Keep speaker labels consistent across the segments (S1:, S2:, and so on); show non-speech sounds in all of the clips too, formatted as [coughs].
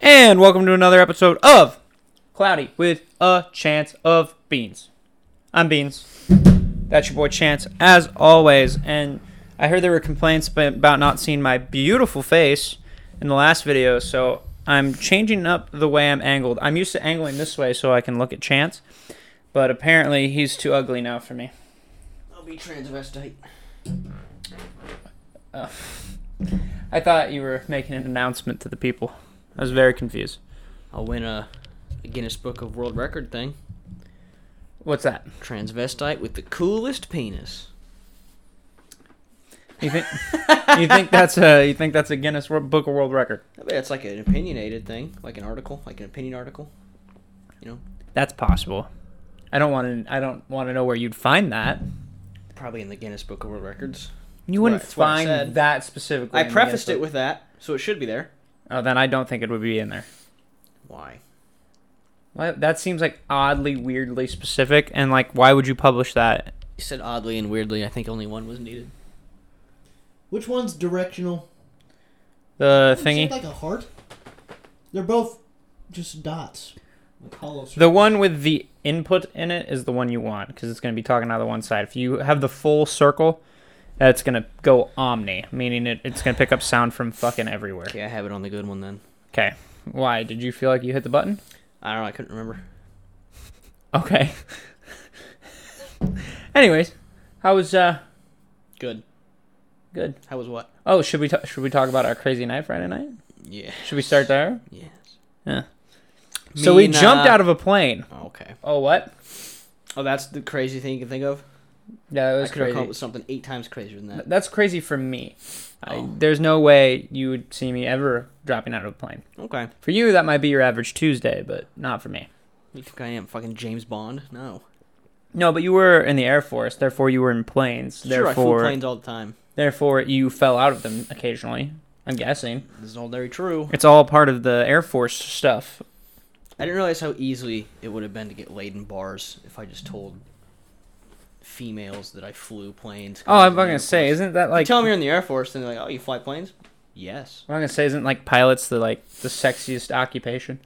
S1: And welcome to another episode of Cloudy with a Chance of Beans. I'm Beans. That's your boy Chance, as always. And I heard there were complaints ba- about not seeing my beautiful face in the last video, so I'm changing up the way I'm angled. I'm used to angling this way so I can look at Chance, but apparently he's too ugly now for me.
S2: I'll be transvestite.
S1: I thought you were making an announcement to the people. I was very confused.
S2: I'll win a, a Guinness Book of World Record thing.
S1: What's that?
S2: Transvestite with the coolest penis.
S1: You think you think that's a you think that's a Guinness Wor- Book of World Record?
S2: I bet it's like an opinionated thing, like an article, like an opinion article. You know,
S1: That's possible. I don't want to. I don't want to know where you'd find that.
S2: probably in the Guinness Book of World Records.
S1: You wouldn't
S2: Right, that's what I
S1: find
S2: said.
S1: that specifically.
S2: I
S1: in the
S2: prefaced
S1: Guinness
S2: it
S1: Book.
S2: with that, so it should be there.
S1: Oh, then I don't think it would be in there.
S2: Why?
S1: Why- That seems like oddly, weirdly specific, and like, why would you publish that?
S2: You said oddly and weirdly. I think only one was needed.
S3: Which one's directional?
S1: The
S3: Is it
S1: thingy,
S3: Like a heart? They're both just dots. Like hollow
S1: the
S3: circles.
S1: one with the input in it, is the one you want because it's going to be talking out of the one side. If you have the full circle, that's going to go omni, meaning it, it's going to pick up sound from fucking everywhere.
S2: Okay, I have it on the good one then.
S1: Okay. Why did you feel like you hit the button?
S2: I don't know. I couldn't remember.
S1: Okay. [laughs] Anyways, how was uh
S2: Good.
S1: good?
S2: How was what?
S1: Oh, should we ta- should we talk about our crazy night Friday night?
S2: Yeah.
S1: Should we start there?
S2: Yes.
S1: Yeah. so we jumped out of a plane.
S2: uh, Okay.
S1: Oh, what?
S2: Oh, that's the crazy thing you can think of.
S1: Yeah, that
S2: I
S1: was
S2: could have come up
S1: crazy.
S2: with something eight times crazier than that.
S1: That's crazy for me. I,
S2: Oh.
S1: there's no way you would see me ever dropping out of a plane.
S2: Okay.
S1: For you, that might be your average Tuesday, but not for me.
S2: You think I am fucking James Bond? No.
S1: No, but you were in the Air Force, therefore you were in planes.
S2: sure, I flew
S1: Therefore,
S2: planes all the time.
S1: therefore you fell out of them occasionally. I'm guessing.
S2: This is all very true.
S1: It's all part of the Air Force stuff.
S2: I didn't realize how easily it would have been to get laid in bars if I just told females that I flew planes.
S1: Oh, I'm gonna say, isn't that
S2: Like,
S1: like?
S2: tell them you're in the Air Force, and they're like, "Oh, you fly planes?" Yes.
S1: I'm gonna say, isn't like pilots the like the sexiest occupation?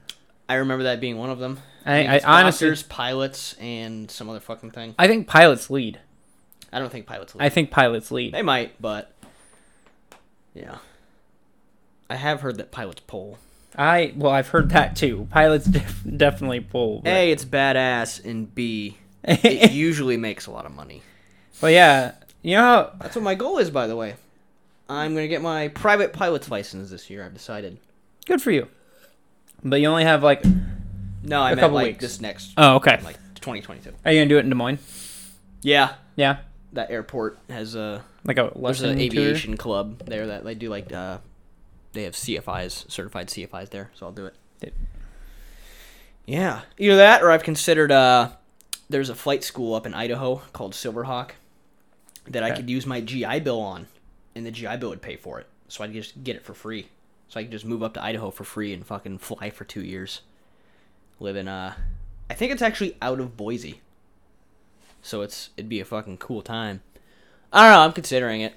S2: I remember that being one of them. think
S1: I, I
S2: it's
S1: honestly,
S2: doctors, pilots, and some other fucking thing.
S1: I think pilots lead.
S2: I don't think pilots.
S1: I
S2: Leave.
S1: think pilots lead.
S2: They might, but yeah. I have heard that pilots pull.
S1: I well, I've heard that too. Pilots [laughs] def- definitely pull. but-
S2: A, it's badass, and B,
S1: [laughs]
S2: it usually makes a lot of money.
S1: but yeah, you know, how-
S2: That's what my goal is, by the way. I'm gonna get my private pilot's license this year. I've decided.
S1: good for you. But you only have like.
S2: No, I
S1: A
S2: meant
S1: couple
S2: like
S1: weeks.
S2: this next,
S1: Oh, okay.
S2: like 2022.
S1: Are you gonna do it in Des Moines?
S2: Yeah,
S1: Yeah,
S2: that airport has uh, a
S1: like a
S2: there's
S1: lesson
S2: an
S1: tutor?
S2: aviation club there that they do like uh, they have CFIs, certified CFIs there, so I'll do it.
S1: Did-
S2: Yeah, either that or I've considered uh, there's a flight school up in Idaho called Silverhawk that I
S1: Okay.
S2: could use my GI Bill on, and the GI Bill would pay for it, so I'd just get it for free. So I could just move up to Idaho for free and fucking fly for two years. Live in uh, I think it's actually out of Boise. So it's it'd be a fucking cool time. I don't know. I'm considering it.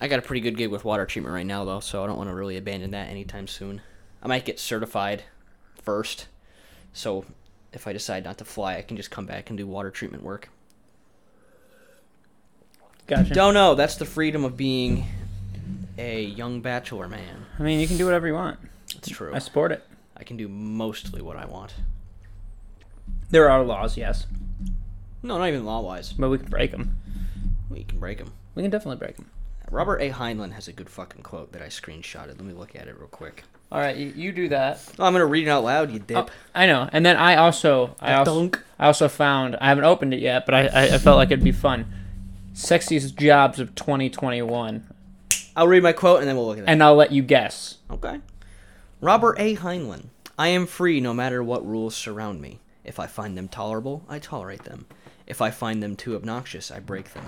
S2: I got a pretty good gig with water treatment right now, though, so I don't want to really abandon that anytime soon. I might get certified first, so if I decide not to fly, I can just come back and do water treatment work.
S1: Gotcha.
S2: Don't know. That's the freedom of being a young bachelor man.
S1: I mean, you can do whatever you want.
S2: It's true.
S1: I support it.
S2: I can do mostly what I want.
S1: There are laws, yes,
S2: No, not even law wise.
S1: but we can break them.
S2: We can break them.
S1: We can definitely break them.
S2: Robert A. Heinlein has a good fucking quote that I screenshotted. Let me look at it real quick.
S1: All right, you, you do that.
S2: Oh, I'm gonna read it out loud. You dip.
S1: Oh, I know. And then I also, I
S2: A
S1: also,
S2: dunk.
S1: I also found I haven't opened it yet, but I, I, I felt like it'd be fun. Sexiest jobs of 2021,
S2: I'll read my quote and then we'll look at it.
S1: and I'll let you guess.
S2: Okay. Robert A. Heinlein. I am free no matter what rules surround me. If I find them tolerable, I tolerate them. If I find them too obnoxious, I break them.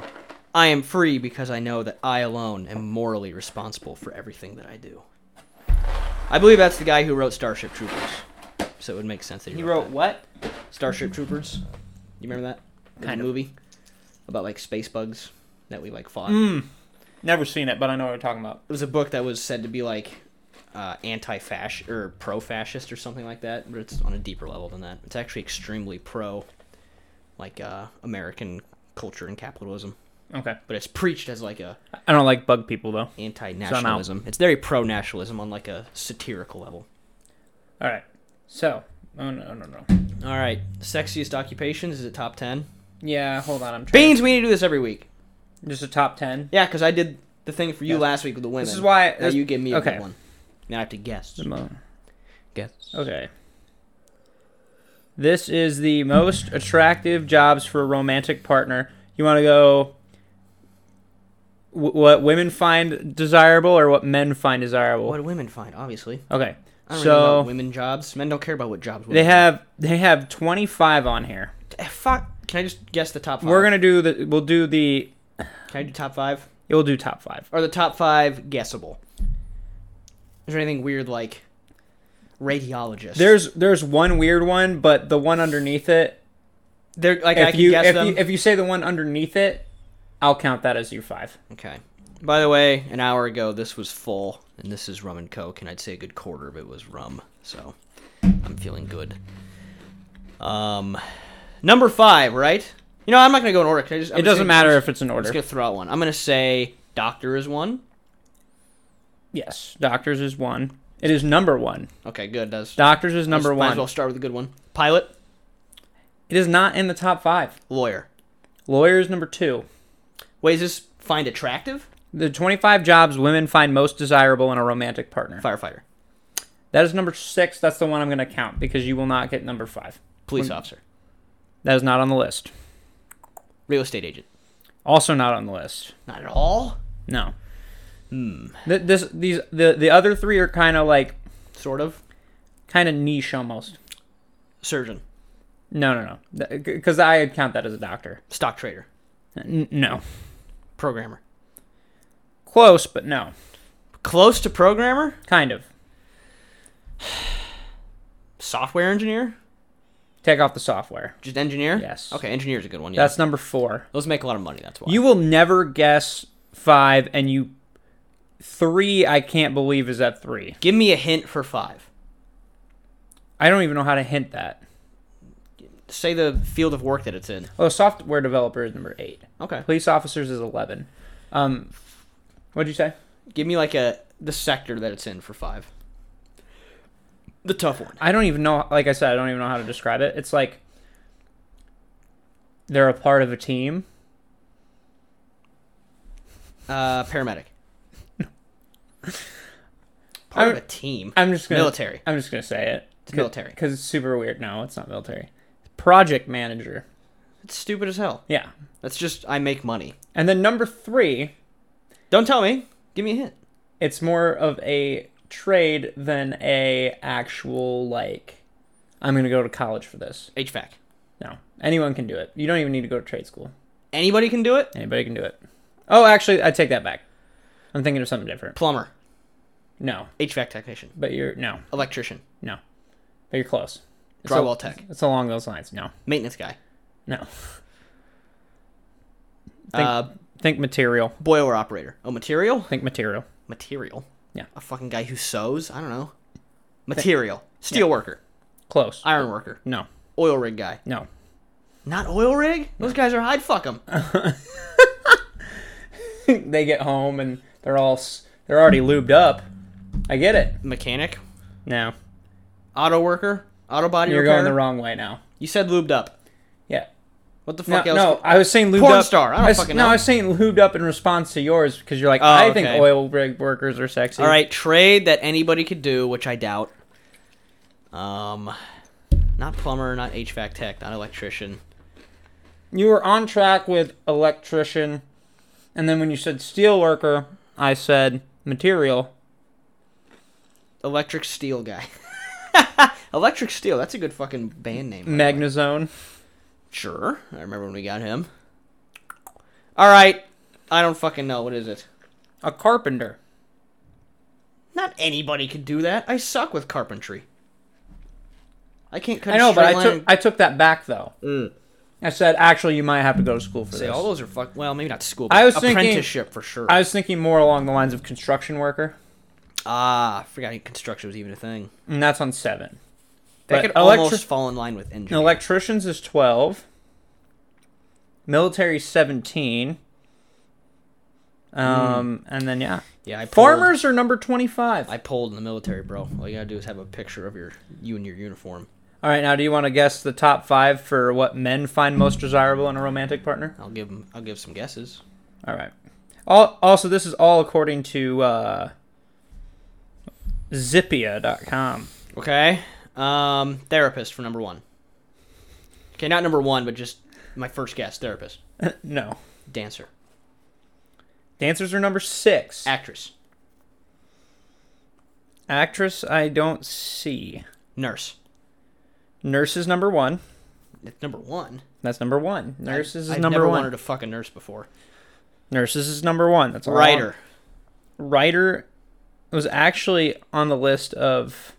S2: I am free because I know that I alone am morally responsible for everything that I do. I believe that's the guy who wrote Starship Troopers. So it would make sense that he, wrote,
S1: what?
S2: that. Starship Troopers. You remember that? The
S1: Kind of.
S2: movie about like space bugs that we like fought
S1: Hmm. Never seen it, but I know what you're talking about.
S2: it was a book that was said to be like uh, anti-fascist or pro-fascist or something like that, but it's on a deeper level than that. It's actually extremely pro, like uh, American culture and capitalism.
S1: Okay.
S2: But it's preached as like a
S1: I don't like bug people though.
S2: anti-nationalism. it's very pro-nationalism on like a satirical level.
S1: All right. So, oh no, no, no.
S2: All right, sexiest occupations is it top ten?
S1: Yeah, hold on. I'm trying.
S2: Beans, we need to do this every week.
S1: Just a top ten.
S2: Yeah, because I did the thing for you
S1: Yeah.
S2: last week with the women.
S1: This is why.
S2: Now
S1: This,
S2: you give me a
S1: okay.
S2: good one. Now I have to guess. Guess.
S1: okay. This is the most attractive jobs for a romantic partner. You want to go. W- what women find desirable or what men find desirable?
S2: What do women find? Obviously,
S1: Okay.
S2: I don't really know
S1: So-
S2: about women jobs. Men don't care about what jobs. Women
S1: They have they have 25 on here.
S2: Eh, Fuck. Can I just guess the top 5
S1: We're gonna do the we'll do the
S2: Can I do top five
S1: we'll do top five.
S2: or the top five guessable? Is there anything weird like radiologist?
S1: There's there's one weird one, but the one underneath it.
S2: there like I
S1: If
S2: can
S1: you
S2: guess
S1: if,
S2: them.
S1: you if you say the one underneath it, I'll count that as your five.
S2: okay. By the way, an hour ago this was full, and this is rum and coke, and I'd say a good quarter of it was rum. So I'm feeling good. Um, number five, right? You know, I'm not gonna go in order. Can I just, I'm
S1: It
S2: just
S1: doesn't
S2: gonna-
S1: matter if it's in
S2: I'm
S1: order.
S2: just gonna throw out one. I'm gonna say doctor is one.
S1: Yes, doctors is one. It is number one.
S2: Okay, good. That's
S1: Doctors is number
S2: Might
S1: one.
S2: as well start with a good one. Pilot,
S1: It is not in the top five.
S2: lawyer.
S1: Lawyers number two.
S2: Ways is find attractive?
S1: The 25 jobs women find most desirable in a romantic partner.
S2: Firefighter.
S1: That is number six. That's the one I'm going to count because you will not get number five.
S2: Police
S1: Hmm.
S2: officer.
S1: That is not on the list.
S2: Real estate agent.
S1: Also not on the list.
S2: Not at all.
S1: No. Hmm. Th- this these the the other three are kind of like
S2: Sort of.
S1: kind of niche almost.
S2: Surgeon.
S1: No, no, no. Because I count that as a doctor.
S2: Stock trader.
S1: N- no.
S2: Programmer.
S1: Close, but no.
S2: Close to programmer?
S1: Kind of.
S2: Software engineer?
S1: Take off the software.
S2: Just engineer?
S1: Yes.
S2: Okay, engineer's a good one. Yeah.
S1: That's number four.
S2: Those make a lot of money, that's why.
S1: You will never guess five, and you three. I can't believe is at three.
S2: Give me a hint for five.
S1: I don't even know how to hint that.
S2: Say the field of work that it's in.
S1: Oh, software developer is number eight.
S2: Okay.
S1: Police officers is eleven. Um, what'd you say?
S2: Give me like a the sector that it's in for five. The tough one.
S1: I don't even know. Like I said, I don't even know how to describe it. It's like they're a part of a team. [laughs]
S2: Uh paramedic. Part of
S1: I'm-
S2: a team.
S1: I'm just gonna
S2: Military.
S1: I'm just gonna say it.
S2: It's military.
S1: because it's super weird. No, it's not military. Project manager.
S2: It's stupid as hell.
S1: Yeah,
S2: That's just I make money.
S1: and then number three.
S2: Don't tell me. Give me a hint.
S1: It's more of a trade than a actual like. I'm gonna go to college for this.
S2: HVAC.
S1: No, anyone can do it. You don't even need to go to trade school.
S2: Anybody can do it.
S1: Anybody can do it. Oh, actually, I take that back. I'm thinking of something different.
S2: Plumber,
S1: No,
S2: HVAC technician,
S1: but you're no,
S2: electrician,
S1: no, but you're close. It's a-
S2: drywall tech,
S1: It's along those lines. No,
S2: maintenance guy,
S1: no.
S2: uh,
S1: Think material.
S2: boiler operator. Oh, material.
S1: Think material.
S2: Material.
S1: Yeah.
S2: A fucking guy who sews. I don't know. Material. Steel worker,
S1: Close.
S2: iron worker,
S1: No,
S2: oil rig guy.
S1: no. [laughs]
S2: Not oil rig. Those guys are. I'd fuck them.
S1: they get home and they're all s- they're already lubed up. I get it.
S2: Mechanic,
S1: No,
S2: auto worker, auto body
S1: you're
S2: repair.
S1: going the wrong way now.
S2: You said lubed up.
S1: Yeah.
S2: What the
S1: No,
S2: fuck else?
S1: no, I was saying lubed
S2: Porn
S1: up.
S2: star, I don't
S1: was-
S2: fucking
S1: No,
S2: know. Oh,
S1: I was saying lubed up in response to yours because you're like, I think
S2: okay.
S1: oil rig workers are sexy.
S2: All right, trade that anybody could do, which I doubt. Um, not plumber, not HVAC tech, not electrician.
S1: You were on track with electrician, and then when you said steel worker, I said material.
S2: Electric Steel guy. [laughs] Electric Steel, that's a good fucking band name. by the way.
S1: Magnazone.
S2: Sure. I remember when we got him. All right. I don't fucking know. What is it?
S1: A carpenter.
S2: Not anybody could do that. I suck with carpentry. I can't cut
S1: I know,
S2: a straight
S1: but I
S2: line.
S1: took I took that back though. I said actually you might have to go to school for
S2: Say,
S1: this.
S2: all those are fuck. Well, maybe not school. But
S1: I was thinking-
S2: apprenticeship for sure.
S1: I was thinking more along the lines of construction worker.
S2: Ah, I forgot construction was even a thing.
S1: and that's on seven.
S2: That
S1: But
S2: could
S1: electri-
S2: almost fall in line with
S1: And
S2: engineering.
S1: electricians is twelve. Military seventeen. Um,
S2: Hmm.
S1: and then yeah,
S2: yeah, I pulled,
S1: farmers are number twenty-five.
S2: I pulled in the military, bro. All you gotta do is have a picture of your you and your uniform.
S1: All right, now do you want to guess the top five for what men find most desirable in a romantic partner?
S2: I'll give 'em- I'll give some guesses.
S1: All right. All, also, this is all according to uh, Zippia.com.
S2: Okay. Um, therapist for number one. Okay, not number one, but just my first guess. Therapist,
S1: [laughs] no,
S2: dancer,
S1: dancers are number six.
S2: actress,
S1: Actress, I don't see.
S2: nurse.
S1: Nurse is number one.
S2: It's number one.
S1: That's number one. Nurses
S2: I,
S1: is
S2: I've
S1: number
S2: never
S1: one.
S2: wanted to fuck a nurse before.
S1: Nurses is number one. That's all.
S2: Writer,
S1: Writer was actually on the list of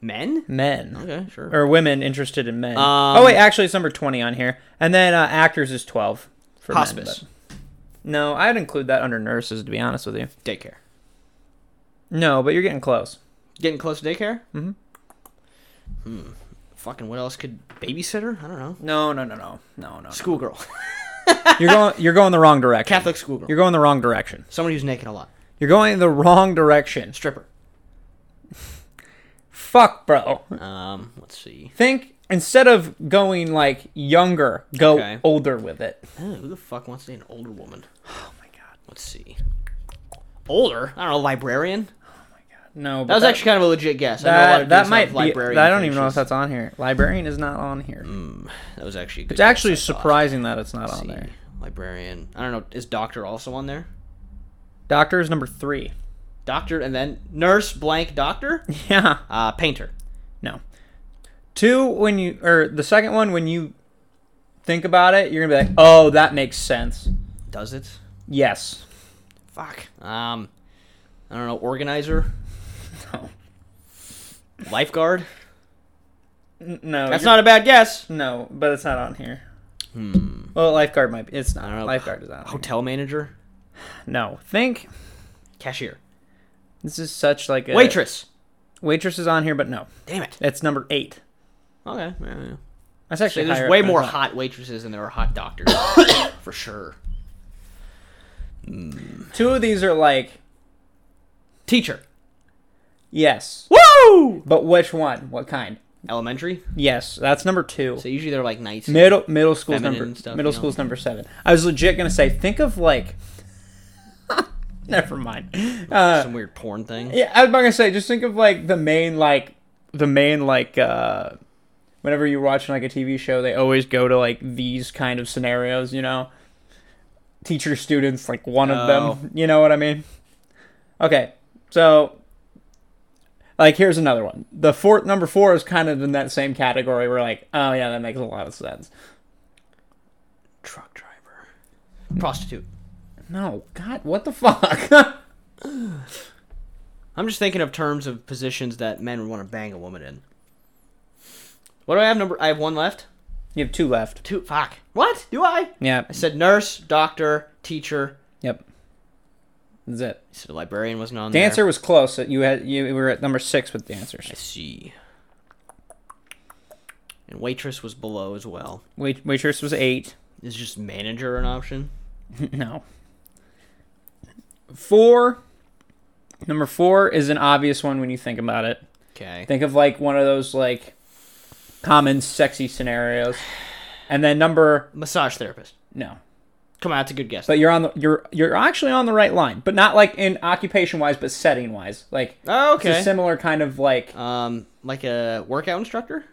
S2: men.
S1: men.
S2: Okay, sure.
S1: or women interested in men.
S2: Um,
S1: oh wait, actually, it's number twenty on here, and then uh, actors is twelve. For men,
S2: Hospice,
S1: but- no, I'd include that under nurses, to be honest with you.
S2: daycare.
S1: No, but you're getting close.
S2: Getting close to daycare.
S1: Mhm.
S2: Hmm. Fucking what else could babysitter? I don't know.
S1: No, no, no, no, no, no.
S2: [laughs] Schoolgirl,
S1: [laughs] You're going. You're going the wrong direction.
S2: Catholic schoolgirl.
S1: You're going the wrong direction.
S2: Somebody who's naked a lot.
S1: You're going the wrong direction.
S2: Stripper.
S1: Fuck, bro.
S2: Um, let's see.
S1: Think instead of going like younger, go
S2: Okay.
S1: older with it.
S2: Oh, who the fuck wants to date an older woman?
S1: Oh my god.
S2: Let's see. Older? I don't know. Librarian.
S1: No, but
S2: That was actually kind of a legit guess. I know a lot
S1: that,
S2: of
S1: that
S2: dudes
S1: might
S2: have
S1: be.
S2: librarian
S1: I don't even know if
S2: finishes.
S1: that's on here. Librarian is not on here.
S2: Mm. That was actually. A good
S1: It's actually
S2: guess, I thought.
S1: surprising that it's not on
S2: Let's see.
S1: there.
S2: Librarian. I don't know. Is doctor also on there?
S1: Doctor is number three. [laughs]
S2: Doctor and then nurse blank doctor.
S1: Yeah.
S2: Uh, painter.
S1: No. Two, when you, or the second one, when you think about it, you're going to be like, oh, that makes sense.
S2: Does it?
S1: Yes. [laughs]
S2: Fuck. Um, I don't know. Organizer.
S1: No.
S2: Lifeguard.
S1: N- No.
S2: That's
S1: you're-
S2: not a bad guess.
S1: No, but it's not on here.
S2: Hmm.
S1: Well, lifeguard might be. It's
S2: I
S1: not.
S2: don't know.
S1: Lifeguard is not. on here.
S2: Hotel manager.
S1: No. Think.
S2: Cashier.
S1: This is such like a.
S2: Waitress.
S1: Waitress is on here, but no.
S2: Damn it.
S1: It's number eight.
S2: Okay. yeah, yeah.
S1: That's
S2: So
S1: actually
S2: there's
S1: higher
S2: way
S1: up than I
S2: more
S1: thought.
S2: hot waitresses than there are hot [coughs] doctors, for sure.
S1: Two of these are like,
S2: Teacher.
S1: yes.
S2: Woo!
S1: But which one? What kind?
S2: Elementary.
S1: Yes. That's number two.
S2: So usually they're like nights.
S1: Middle middle school's
S2: Feminine
S1: number
S2: stuff,
S1: middle
S2: you know?
S1: school's number seven. I was legit gonna say think of like, [laughs] never mind. Uh,
S2: some weird porn thing.
S1: yeah, I was about to say just think of like the main like the main like uh, whenever you're watching like a TV show, they always go to like these kind of scenarios, you know. Teacher students like one of them, you know what I mean? Okay, so like here's another one. The fourth number four is kind of in that same category. We're like, oh yeah, that makes a lot of sense.
S2: Truck driver. Prostitute.
S1: No, God, what the fuck? [laughs]
S2: I'm just thinking of terms of positions that men would want to bang a woman in. What do I have? Number. I have one left.
S1: you have two left.
S2: Two. Fuck. What do I?
S1: Yeah.
S2: I said nurse, doctor, teacher.
S1: Yep. That's it.
S2: I said librarian wasn't on
S1: Dancer
S2: there.
S1: was close. You had you were at number six with dancers.
S2: I see. And waitress was below as well.
S1: Wait, waitress was eight. [laughs]
S2: Is just manager an option?
S1: no. Four. Number four is an obvious one when you think about it.
S2: Okay.
S1: Think of like one of those like common sexy scenarios, and then number
S2: Massage therapist.
S1: no.
S2: Come on, that's a good guess.
S1: But you're on the you're you're actually on the right line, but not like in occupation wise, but setting wise. Like
S2: oh,
S1: it's a
S2: okay.
S1: similar kind of like
S2: um, like a workout instructor.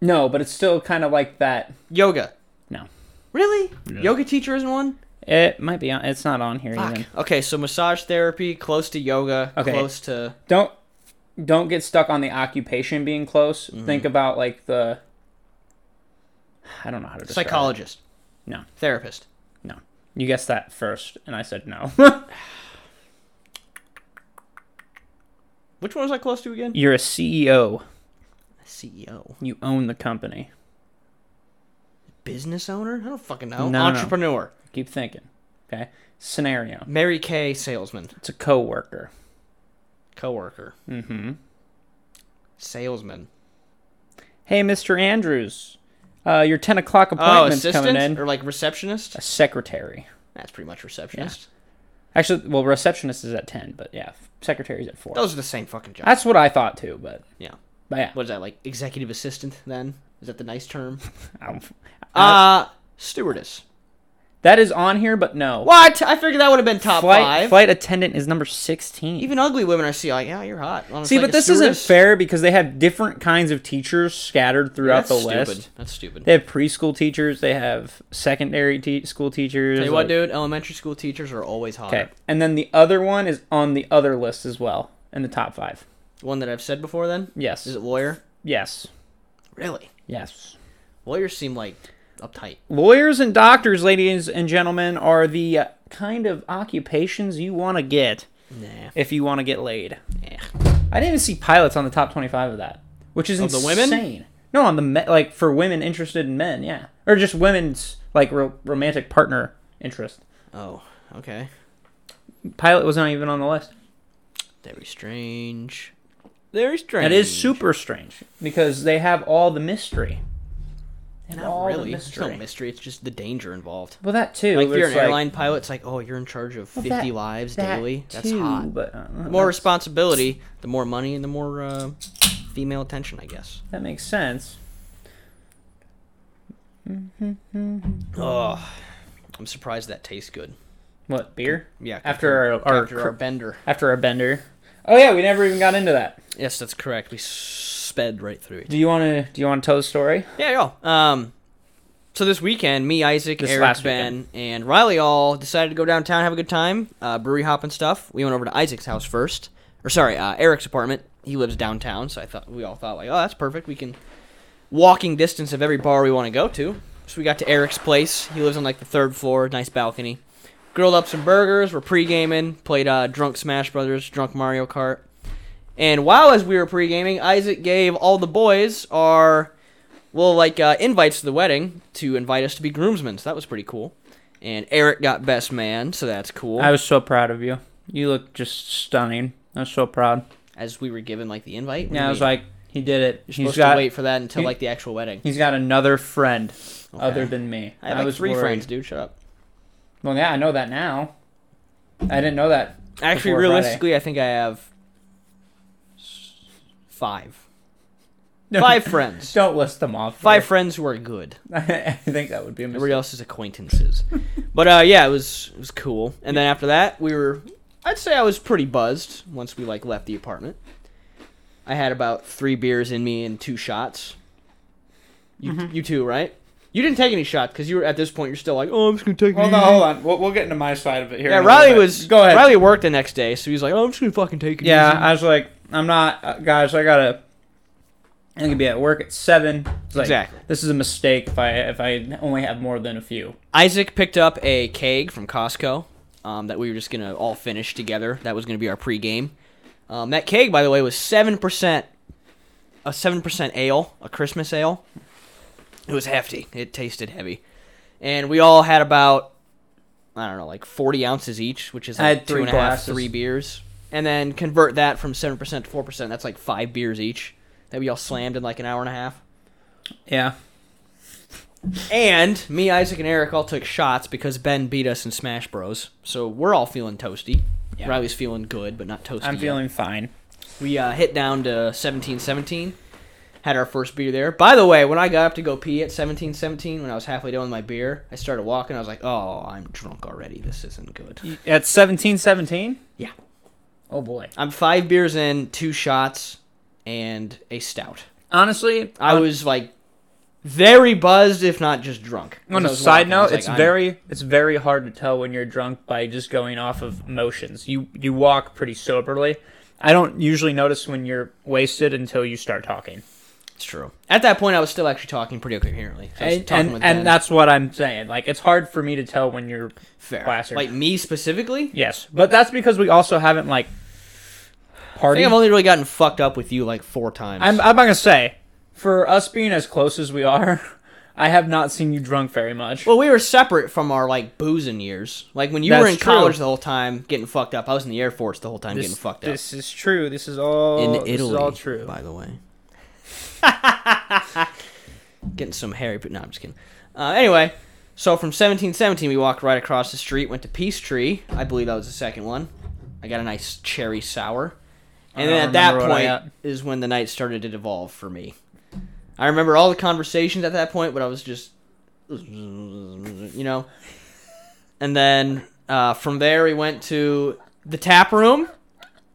S1: No, but it's still kind of like that.
S2: Yoga.
S1: No,
S2: Really? Yoga teacher isn't one?
S1: it might be on. It's not on here
S2: Fuck.
S1: even.
S2: Okay, so massage therapy, close to yoga,
S1: Okay.
S2: close to
S1: Don't don't get stuck on the occupation being close.
S2: Mm-hmm.
S1: Think about like the. I don't know how to describe. it.
S2: psychologist,
S1: No,
S2: therapist.
S1: no. You guessed that first, and I said
S2: [laughs]
S1: no.
S2: Which one was I close to again? E
S1: You're a CEO.
S2: CEO.
S1: You own the company.
S2: Business owner? I don't fucking
S1: No,
S2: know.
S1: no.
S2: Entrepreneur.
S1: Keep thinking. Okay. Scenario.
S2: Mary Kay salesman,
S1: It's a coworker.
S2: coworker,
S1: Mm-hmm.
S2: salesman.
S1: Hey, Mr. Andrews. Uh, your ten o'clock
S2: Oh,
S1: appointment's coming
S2: assistant
S1: in.
S2: or like receptionist?
S1: A secretary.
S2: That's pretty much receptionist.
S1: Actually, well, receptionist is at ten, but yeah, secretary's at four.
S2: Those are the same fucking jobs.
S1: That's what I thought too, but
S2: yeah.
S1: but yeah.
S2: What is that like? Executive assistant? Then is that the
S1: [laughs]
S2: nice term?
S1: I don't-
S2: Uh, stewardess.
S1: that is on here, but no.
S2: What? I figured that would have been top
S1: flight
S2: five.
S1: flight attendant is number sixteen.
S2: Even ugly women I see like, yeah, you're hot. Well, it's
S1: See,
S2: like
S1: but
S2: a
S1: this isn't
S2: stewardess.
S1: fair because they have different kinds of teachers scattered throughout
S2: That's
S1: the
S2: stupid.
S1: list.
S2: That's stupid.
S1: They have preschool teachers. They have secondary te- school teachers.
S2: Tell you what,
S1: like-
S2: dude. Elementary school teachers are always hot.
S1: Okay, and then the other one is on the other list as well in the top five.
S2: One that I've said before. Then
S1: Yes.
S2: is it lawyer?
S1: Yes.
S2: Really?
S1: Yes.
S2: Lawyers seem like uptight.
S1: Lawyers and doctors, ladies and gentlemen, are the uh, kind of occupations you want to get
S2: Nah.
S1: if you want to get laid.
S2: Eh.
S1: I didn't even see pilots on the top 25 of that, which is
S2: Of the
S1: insane.
S2: women?
S1: No, on the me- like for women interested in men, yeah, or just women's like ro- romantic partner interest.
S2: Oh, okay.
S1: Pilot was not even on the list.
S2: Very strange. Very strange.
S1: That is super strange because they have all the mystery. And
S2: Not
S1: all
S2: really.
S1: the
S2: It's no
S1: mystery.
S2: mystery. It's just the danger involved.
S1: well, that too.
S2: Like if you're
S1: it's
S2: an airline pilot, it's like, oh, you're in charge of 50
S1: that-
S2: lives
S1: that
S2: daily. That's
S1: too,
S2: hot.
S1: But uh,
S2: The more
S1: that-
S2: responsibility, the more money, and the more uh, female attention, I guess.
S1: that makes sense.
S2: Oh, I'm surprised that tastes good.
S1: What beer?
S2: Yeah,
S1: After our, our
S2: after our bender.
S1: after our bender. Oh yeah, we never even got into that.
S2: Yes, that's correct. We sped right through it.
S1: Do you want to do you want to tell the story?
S2: Yeah, yo. Um, so this weekend, me, Isaac,
S1: This
S2: Eric,
S1: last
S2: Ben,
S1: weekend.
S2: and Riley all decided to go downtown, have a good time, uh, brewery hop and stuff. We went over to Isaac's house first, or sorry, uh, Eric's apartment. He lives downtown, so I thought we all thought like, oh, that's perfect. We can walking distance of every bar we want to go to. So we got to Eric's place. He lives on like the third floor, nice balcony. Grilled up some burgers. We're pre-gaming. Played uh, drunk Smash Brothers, drunk Mario Kart. And while as we were pre-gaming, Isaac gave all the boys our well, like uh, invites to the wedding to invite us to be groomsmen. So that was pretty cool. And Eric got best man, so that's cool.
S1: I was so proud of you. You look just stunning. I was so proud.
S2: as we were given like the invite,
S1: Yeah, I was
S2: we-
S1: like, he did it.
S2: you're
S1: He's
S2: supposed
S1: got
S2: to wait for that until
S1: he-
S2: like the actual wedding.
S1: he's got another friend other
S2: Okay.
S1: than me.
S2: I had like
S1: was
S2: three
S1: worried.
S2: friends, dude. Shut up.
S1: Well, yeah, I know that now. I didn't know that.
S2: Actually,
S1: Before
S2: realistically, I think I have s-
S1: [laughs]
S2: five,
S1: No,
S2: five friends,
S1: [laughs] Don't list them off.
S2: five friends who are good.
S1: [laughs] I think that would be a mistake.
S2: Everybody else is acquaintances. but uh, yeah, it was it was cool. And then after that, we were. I'd say I was pretty buzzed once we like left the apartment. I had about three beers in me and two shots. You
S1: Mm-hmm.
S2: you two right? You didn't take any shots because you were at this point. You're still like, oh, I'm just gonna take. it
S1: Hold
S2: easy."
S1: on, hold on. We'll, we'll get into my side of it here.
S2: Yeah,
S1: in a little
S2: Riley
S1: bit.
S2: was.
S1: Go ahead.
S2: Riley worked the next day, so he was like, oh, I'm just gonna fucking take it.
S1: Yeah,
S2: easy."
S1: I was like, I'm not, uh, guys. I gotta. I'm gonna be at work at seven. It's like,
S2: Exactly.
S1: This is a mistake if I if I only have more than a few.
S2: Isaac picked up a keg from Costco um, that we were just gonna all finish together. That was gonna be our pregame. Um, that keg, by the way, was seven percent, a seven percent ale, a Christmas ale. It was hefty. It tasted heavy, and we all had about I don't know, like forty ounces each, which is
S1: I had
S2: like two
S1: three
S2: and a half,
S1: glasses.
S2: three beers. And then convert that from seven percent to four percent. That's like five beers each that we all slammed in like an hour and a half.
S1: Yeah.
S2: And me, Isaac, and Eric all took shots because Ben beat us in Smash Bros. So we're all feeling toasty.
S1: Yeah.
S2: Riley's feeling good, but not toasty.
S1: I'm
S2: yet.
S1: feeling fine.
S2: We uh, hit down to seventeen seventeen. Had our first beer there. By the way, when I got up to go pee at seventeen seventeen, when I was halfway done with my beer, I started walking. I was like, "Oh, I'm drunk already. This isn't good."
S1: At seventeen, seventeen.
S2: Yeah,
S1: Oh boy.
S2: I'm five beers in, two shots, and a stout.
S1: Honestly,
S2: I was like very buzzed, if not just drunk.
S1: On
S2: As I
S1: a
S2: was
S1: side
S2: walking, I
S1: note,
S2: was like,
S1: it's
S2: "I'm
S1: very it's very hard to tell when you're drunk by just going off of emotions. You you walk pretty soberly. I don't usually notice when you're wasted until you start talking.
S2: It's true. At that point, I was still actually talking pretty coherently. So I was
S1: And
S2: talking
S1: and,
S2: with Ben.
S1: and that's what I'm saying. Like it's hard for me to tell when you're
S2: fair.
S1: plastered.
S2: Like me specifically,
S1: yes, but that's because we also haven't like
S2: I
S1: party.
S2: think I've
S1: I'm,
S2: only really gotten fucked up with you like four times.
S1: I'm not gonna say for us being as close as we are. [laughs] I have not seen you drunk very much.
S2: Well, we were separate from our like boozing years. Like when you were
S1: That's
S2: in college
S1: true.
S2: the whole time getting fucked up. I was in the Air Force the whole time
S1: this,
S2: getting fucked up.
S1: this is true. This is all
S2: in Italy,
S1: This is all true.
S2: by the way. [laughs] getting some Harry, but no, I'm just kidding. Uh, anyway, so from 1717, we walked right across the street, went to Peace Tree. I believe that was the second one. I got a nice cherry sour,
S1: I
S2: and
S1: don't
S2: then at that
S1: remember what I got.
S2: point is when the night started to devolve for me. I remember all the conversations at that point, but I was just, you know. And then uh, from there, we went to the tap room.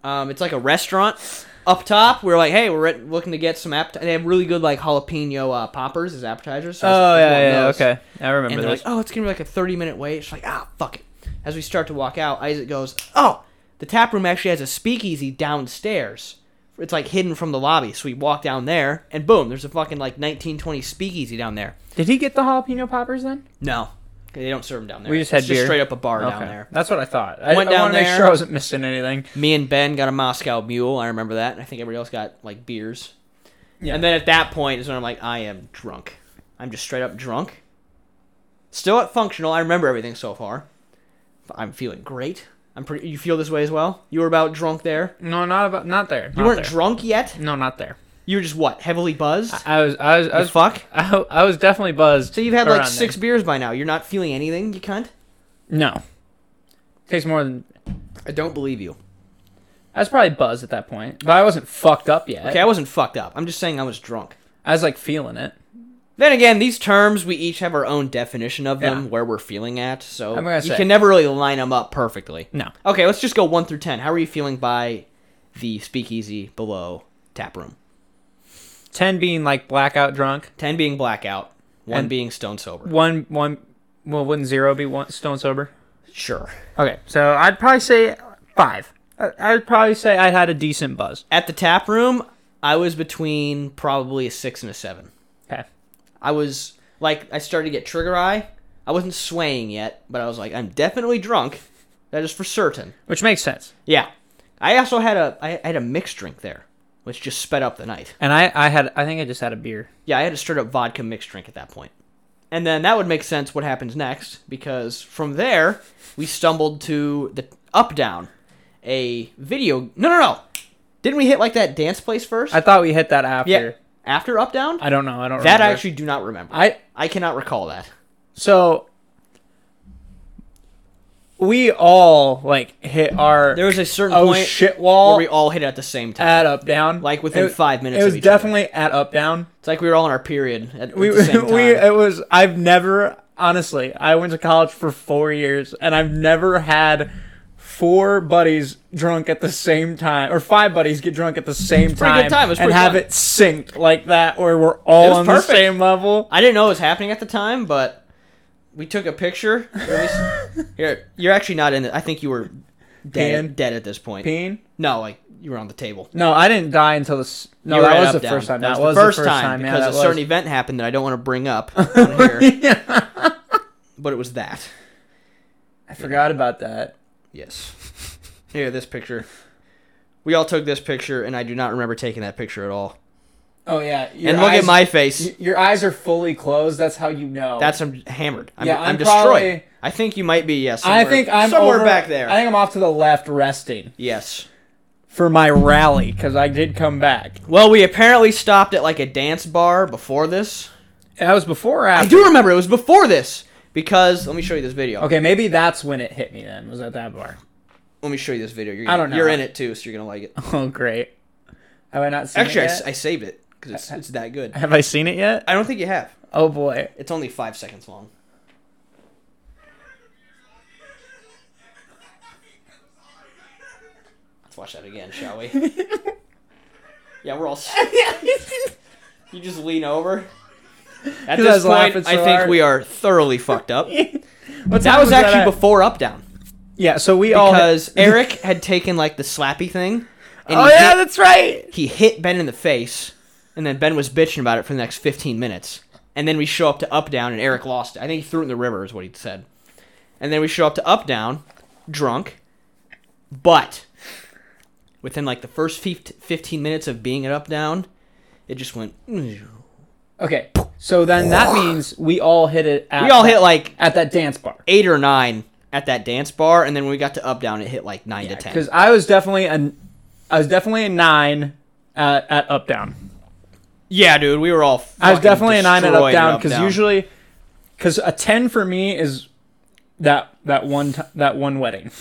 S2: Um, it's like a restaurant up top. We were like, hey, we're re- looking to get some appetizers. They have really good like jalapeno uh, poppers as appetizers. So I was-
S1: Oh
S2: I was
S1: yeah,
S2: wanting
S1: yeah, yeah,
S2: those.
S1: okay. I remember
S2: And they're
S1: this.
S2: like, oh, it's gonna be like a thirty minute wait. It's like, ah, fuck it. As we start to walk out, Isaac goes, oh, the tap room actually has a speakeasy downstairs. It's like hidden from the lobby. So we walk down there, and boom, there's a fucking like 1920 speakeasy down there.
S1: Did he get the jalapeno poppers then?
S2: No, 'Cause they don't serve them down there.
S1: We just
S2: It's
S1: had beer.
S2: straight up a bar down there.
S1: That's what I thought. I,
S2: Went
S1: I
S2: down
S1: want to make
S2: there.
S1: sure I wasn't missing anything.
S2: Me and Ben got a Moscow Mule. I remember that. And I think everybody else got like beers.
S1: Yeah.
S2: And then at that point is when I'm like, I am drunk. I'm just straight up drunk. Still at functional. I remember everything so far. I'm feeling great. I'm pretty. You feel this way as well? You were about drunk there.
S1: No, not about not there.
S2: You weren't drunk yet.
S1: No, not there.
S2: You were just what? Heavily buzzed.
S1: I was I was I
S2: The
S1: was
S2: fuck.
S1: I, I was definitely buzzed.
S2: So you've had like
S1: around
S2: six beers by now. You're not feeling anything. You cunt.
S1: then. No. Takes more than
S2: I don't believe you.
S1: I was probably buzzed at that point, but I wasn't fucked up yet.
S2: Okay, I wasn't fucked up. I'm just saying I was drunk.
S1: I was like feeling it.
S2: Then again, these terms we each have our own definition of them,
S1: Yeah.
S2: where we're feeling at. So
S1: I'm gonna
S2: you
S1: say-
S2: can never really line them up perfectly.
S1: No.
S2: Okay, let's just go one through ten. How are you feeling by the speakeasy below tap room?
S1: Ten being like blackout drunk.
S2: Ten being blackout, one
S1: And-
S2: being stone sober.
S1: One one well wouldn't zero be one stone sober?
S2: Sure.
S1: Okay, so I'd probably say five. I- I'd probably say I had a decent buzz.
S2: At the tap room, I was between probably a six and a seven.
S1: Okay.
S2: I was like, I started to get trigger eye. I wasn't swaying yet, but I was like, I'm definitely drunk. That is for certain.
S1: Which makes sense.
S2: Yeah. I also had a I I had a mixed drink there, which just sped up the night.
S1: And I, I had I think I just had a beer.
S2: Yeah, I had a straight up vodka mixed drink at that point. And then that would make sense what happens next, because from there, we stumbled to the Up Down, a video. No, no, no. Didn't we hit like that dance place first?
S1: I thought we hit that after.
S2: yeah. After Up Down?
S1: I don't know. I don't
S2: that
S1: remember.
S2: I actually do not remember. I,
S1: I
S2: cannot recall that.
S1: so we all like hit our
S2: There was a certain
S1: oh
S2: point
S1: shit
S2: where
S1: wall
S2: we all hit at the same time.
S1: at up down
S2: Like, within
S1: It-
S2: five minutes
S1: It
S2: of
S1: was
S2: each other.
S1: definitely at up down.
S2: it's like we were all in our period at,
S1: We
S2: at the same
S1: [laughs]
S2: time.
S1: we it was I've never honestly I went to college for four years and I've never had four buddies drunk at the same time or five buddies get drunk at the same
S2: pretty good
S1: time,
S2: time. It was
S1: and
S2: pretty
S1: have
S2: fun.
S1: it synced like that where we're all
S2: It was
S1: on
S2: perfect.
S1: the same level.
S2: I didn't know it was happening at the time, but we took a picture. Or
S1: [laughs]
S2: at least- you're, you're actually not in it. I think you were
S1: Peeing?
S2: dead, dead at this point.
S1: Peen?
S2: No, like you were on the table.
S1: No, I didn't die until the s- no.
S2: You were
S1: That
S2: at
S1: was
S2: Up
S1: the
S2: Down.
S1: first time. That,
S2: was the first time,
S1: yeah,
S2: because
S1: that
S2: a
S1: was-
S2: certain event happened that I don't want to
S1: [laughs]
S2: bring up on here,
S1: yeah.
S2: but it was that.
S1: I forgot about that.
S2: Yes. Here, this picture. We all took this picture, and I do not remember taking that picture at all.
S1: Oh yeah, your
S2: and look
S1: eyes-
S2: at my face.
S1: y- Your eyes are fully closed. That's how you know.
S2: That's I'm hammered. I'm,
S1: Yeah,
S2: I'm,
S1: I'm
S2: destroyed.
S1: probably-
S2: I think you might be. Yes.
S1: I think I'm
S2: somewhere
S1: over-
S2: back there.
S1: I think I'm off to the left resting
S2: yes.
S1: for my rally because I did come back.
S2: Well, we apparently stopped at like a dance bar before this.
S1: That was before or
S2: I
S1: after.
S2: do remember it was before this because let me show you this video.
S1: Okay, maybe that's when it hit me. Then was at that bar. [laughs]
S2: Let me show you this video. You're
S1: I
S2: gonna,
S1: don't know.
S2: You're in it too, so you're gonna like it.
S1: Oh great. Have I not seen
S2: Actually, I,
S1: it
S2: s-
S1: yet?
S2: I saved it because it's, it's that good.
S1: have I seen it yet?
S2: I don't think you have.
S1: Oh boy. [laughs]
S2: It's only five seconds long. Let's watch that again,
S1: [laughs]
S2: shall we? yeah, we're all. s- You just lean over. At
S1: 'Cause I
S2: this
S1: was
S2: point,
S1: laughing so
S2: I think
S1: hard.
S2: we are thoroughly
S1: [laughs]
S2: fucked up.
S1: What's
S2: That was actually before Up Down
S1: Yeah. So we all [laughs]
S2: because Eric had taken like the slappy thing, and
S1: Oh
S2: he,
S1: yeah,
S2: hit,
S1: that's right.
S2: he hit Ben in the face, and then Ben was bitching about it for the next fifteen minutes, and then we show up to Up Down, and Eric lost. it. I think he threw it in the river, is what he said, and then we show up to Up Down, drunk, but within like the first fif- fifteen minutes of being at Up Down, it just went
S1: Okay, so then that means we all hit it. At
S2: We all
S1: that-
S2: hit like
S1: at that dance bar.
S2: eight or nine at that dance bar, and then when we got to up down, it hit like nine to ten.
S1: Because I was definitely a, I was definitely a nine at, at up down.
S2: Yeah, dude, we were all.
S1: I was
S2: fucking
S1: definitely a nine at up
S2: destroyed
S1: down because usually, because a ten for me is that that one t- that one wedding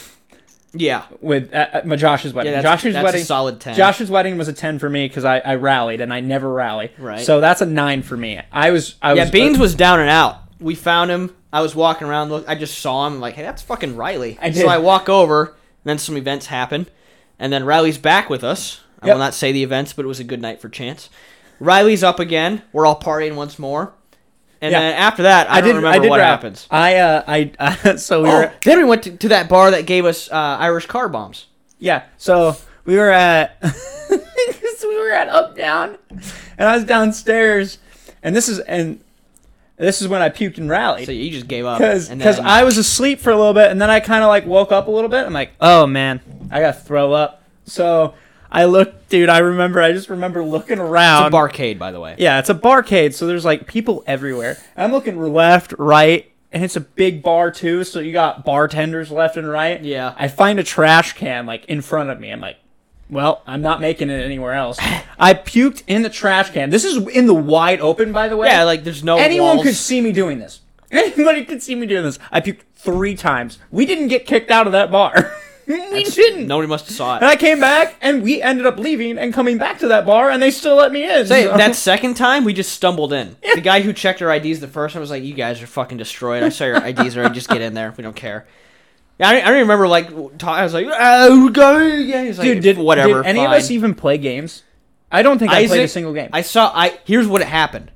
S2: yeah,
S1: with at, at my Josh's wedding.
S2: yeah, that's,
S1: Josh's
S2: that's
S1: wedding.
S2: a solid ten.
S1: Josh's wedding was a ten for me because I, I rallied and I never rally.
S2: Right.
S1: So that's a nine for me. I was I
S2: yeah,
S1: was uh,
S2: Beans was down and out. We found him. I was walking around. Look, I just saw him. I'm like, hey, that's fucking Riley.
S1: I did.
S2: So I walk over, and then some events happen, and then Riley's back with us. I
S1: Yep.
S2: will not say the events, but it was a good night for chance. Riley's up again. We're all partying once more, and
S1: Yeah.
S2: then after that, I,
S1: I
S2: don't
S1: did
S2: remember
S1: I did
S2: what
S1: rap.
S2: happens.
S1: I uh [laughs] I so we
S2: Oh,
S1: were
S2: then we went to, to that bar that gave us uh, Irish car bombs.
S1: Yeah. So we were at [laughs] because we were at up down, and I was downstairs, and this is and this is when I puked and
S2: So
S1: rallied
S2: you just gave up.
S1: because
S2: and
S1: because
S2: then-
S1: I was asleep for a little bit, and then I kind of like woke up a little bit. I'm like, oh man, I gotta throw up. So I looked, dude. I remember. I just remember looking
S2: It's
S1: around.
S2: a barcade, by the way.
S1: Yeah, it's a barcade, so there's like people everywhere. I'm looking left, right, and it's a big bar too, so you got bartenders left and right.
S2: Yeah.
S1: I find a trash can like in front of me. I'm like, well, I'm not making it anywhere
S2: [laughs]
S1: else. I puked in the trash can. This is in the wide open, by the way.
S2: Yeah, like there's no
S1: anyone
S2: walls.
S1: could see me doing this. [laughs] Anybody could see me doing this. I puked three times. We didn't get kicked out of that bar. [laughs] we didn't.
S2: Nobody must have saw it.
S1: And I came back, and we ended up leaving and coming back to that bar, and they still let me in.
S2: Say,
S1: so-
S2: that second time, we just stumbled in. The guy who checked our IDs the first time was like, "You guys are fucking destroyed. I saw your IDs already. Just get in there. We don't care." Yeah, I, I don't remember like ta- I was like, "Oh, go!" Yeah, he's
S1: [laughs]
S2: like,
S1: Dude, did
S2: whatever."
S1: Did any of
S2: fine."
S1: us e- even play games? I don't think I played a single game.
S2: I saw. I here's what happened.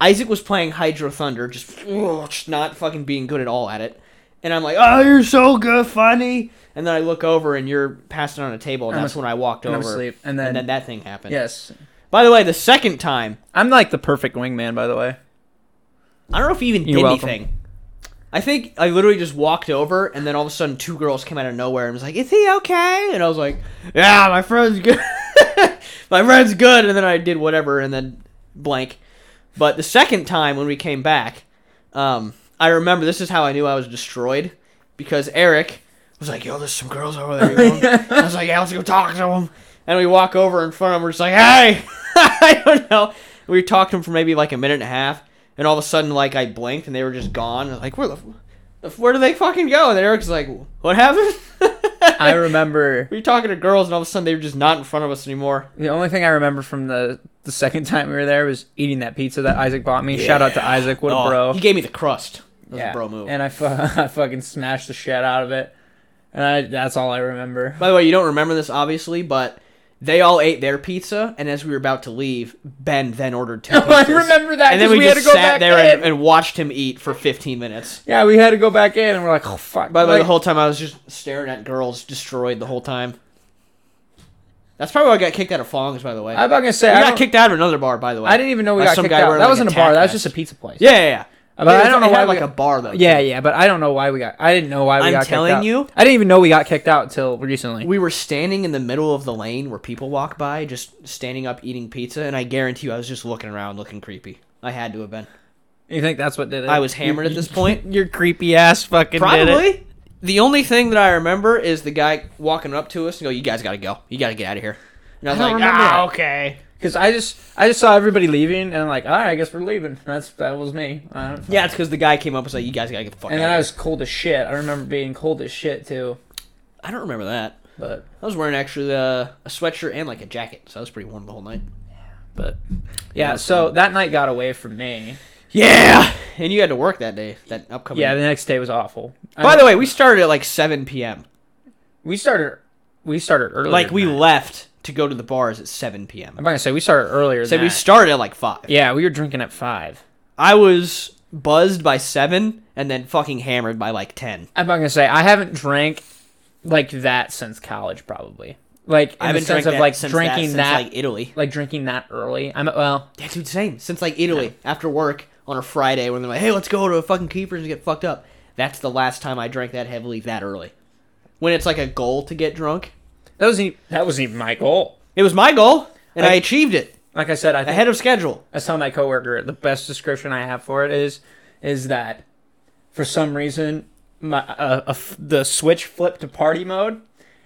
S2: Isaac was playing Hydro Thunder, just, ugh, just not fucking being good at all at it. And I'm like, "Oh, you're so good, funny." And then I look over, and you're passing on a table, and
S1: I'm
S2: that's
S1: as-
S2: when I walked
S1: and I'm
S2: over.
S1: asleep, and then-
S2: that thing happened.
S1: yes,
S2: By the way, the second time,
S1: I'm like the perfect wingman, by the way.
S2: I don't know if he even
S1: You're
S2: did
S1: welcome.
S2: anything. I think I literally just walked over, and then all of a sudden, two girls came out of nowhere and was like, "Is he okay?" And I was like, "Yeah, my friend's good. [laughs] my friend's good." And then I did whatever, and then blank. But the second time when we came back, um, I remember this is how I knew I was destroyed because Eric was like, "Yo, there's some girls over there." you know?" I was like, "Yeah, let's go talk to them." And we walk over in front of him. We're just like, "Hey, [laughs] I don't know." We talked to him for maybe like a minute and a half, and all of a sudden, like I blinked, and they were just gone. I was like, "Where the, f- where do they fucking go?" And Eric's like, "What happened?" [laughs]
S1: I remember
S2: we were talking to girls, and all of a sudden, they were just not in front of us anymore.
S1: the only thing I remember from the the second [laughs] time we were there was eating that pizza that Isaac bought me. Shout out to Isaac, what
S2: Oh,
S1: a bro!
S2: He gave me the crust. That was
S1: Yeah.
S2: a bro move.
S1: And I, fu- [laughs] I fucking smashed the shit out of it, and I that's all I
S2: [laughs]
S1: remember. [laughs]
S2: By the way, you don't remember this obviously, but they all ate their pizza, and as we were about to leave, Ben then ordered
S1: [laughs]
S2: two.
S1: I
S2: pizzas.
S1: remember that
S2: And then
S1: 'cause
S2: we,
S1: we had
S2: just
S1: to go
S2: sat
S1: back
S2: there and,
S1: in.
S2: and watched him eat for 15 minutes.
S1: Yeah, we had to go back in, and we're like, oh fuck.
S2: By the way,
S1: like,
S2: the whole time I was just staring at girls, destroyed the whole time. That's probably why I got kicked out of Fong's. By the way,
S1: I'm about to say
S2: we
S1: I,
S2: got
S1: don't-
S2: kicked out of another bar. By the way,
S1: I didn't even know we
S2: That's
S1: got
S2: some
S1: kicked
S2: guy
S1: out.
S2: wearing,
S1: That
S2: like,
S1: wasn't a
S2: a
S1: bar.
S2: tack
S1: That was
S2: vest.
S1: just a pizza place.
S2: Yeah, yeah, yeah.
S1: But
S2: It
S1: I
S2: was
S1: don't know
S2: it
S1: why
S2: had,
S1: we
S2: like
S1: got-
S2: a bar though.
S1: Yeah,
S2: too.
S1: yeah, but I don't know why we got. I didn't know why we
S2: I'm
S1: got. kicked
S2: telling
S1: out.
S2: you-
S1: I didn't even know we got kicked out till recently.
S2: We were standing in the middle of the lane where people walk by, just standing up eating pizza, and I guarantee you, I was just looking around, looking creepy. I had to have been.
S1: you think that's what did it?
S2: I was hammered
S1: [laughs]
S2: at this point.
S1: Your creepy ass fucking Did it.
S2: Probably. The only thing that I remember is the guy walking up to us and go, "You guys gotta go. You gotta get out of here." And I was
S1: I don't
S2: like,
S1: remember
S2: "Ah,
S1: that."
S2: okay."
S1: Because I just, I just saw everybody leaving, and I'm like, all right, I guess we're leaving. That's that was me. I don't,
S2: Yeah, it's because the guy came up and was like, "You guys gotta get the fuck."
S1: And
S2: out
S1: then
S2: of
S1: I
S2: here."
S1: was cold as shit. I remember being cold as shit too.
S2: I don't remember that.
S1: But,
S2: I was wearing actually uh, a sweatshirt and like a jacket, so I was pretty warm the whole night.
S1: but, yeah. So that night got away from me.
S2: Yeah, and you had to work that day, that upcoming.
S1: Yeah, the next day was awful.
S2: By the way, we started at like 7 p.m.
S1: we started, we started earlier.
S2: Like
S1: than
S2: we
S1: that.
S2: left to go to the bars at 7 p.m.
S1: I'm not gonna say we started earlier.
S2: So
S1: than
S2: we
S1: that.
S2: started at like five.
S1: yeah, we were drinking at five.
S2: I was buzzed by seven and then fucking hammered by like ten.
S1: I'm not gonna say I haven't drank like that since college, probably. Like in
S2: I've
S1: the
S2: been
S1: sense
S2: drinking
S1: of
S2: that
S1: like
S2: since
S1: drinking
S2: since,
S1: that,
S2: like Italy.
S1: like, drinking that early. I'm well,
S2: Yeah, dude, same. Since like Italy after work on a Friday when they're like, "Hey, let's go to a fucking keepers and get fucked up." That's the last time I drank that heavily that early. When it's like a goal to get drunk,
S1: that wasn't e- that wasn't even my goal.
S2: it was my goal and I,
S1: I-
S2: achieved it.
S1: Like I said, I think
S2: ahead of schedule.
S1: I was telling my coworker the best description I have for it is is that for some reason my uh, uh, f- the switch flipped to party mode,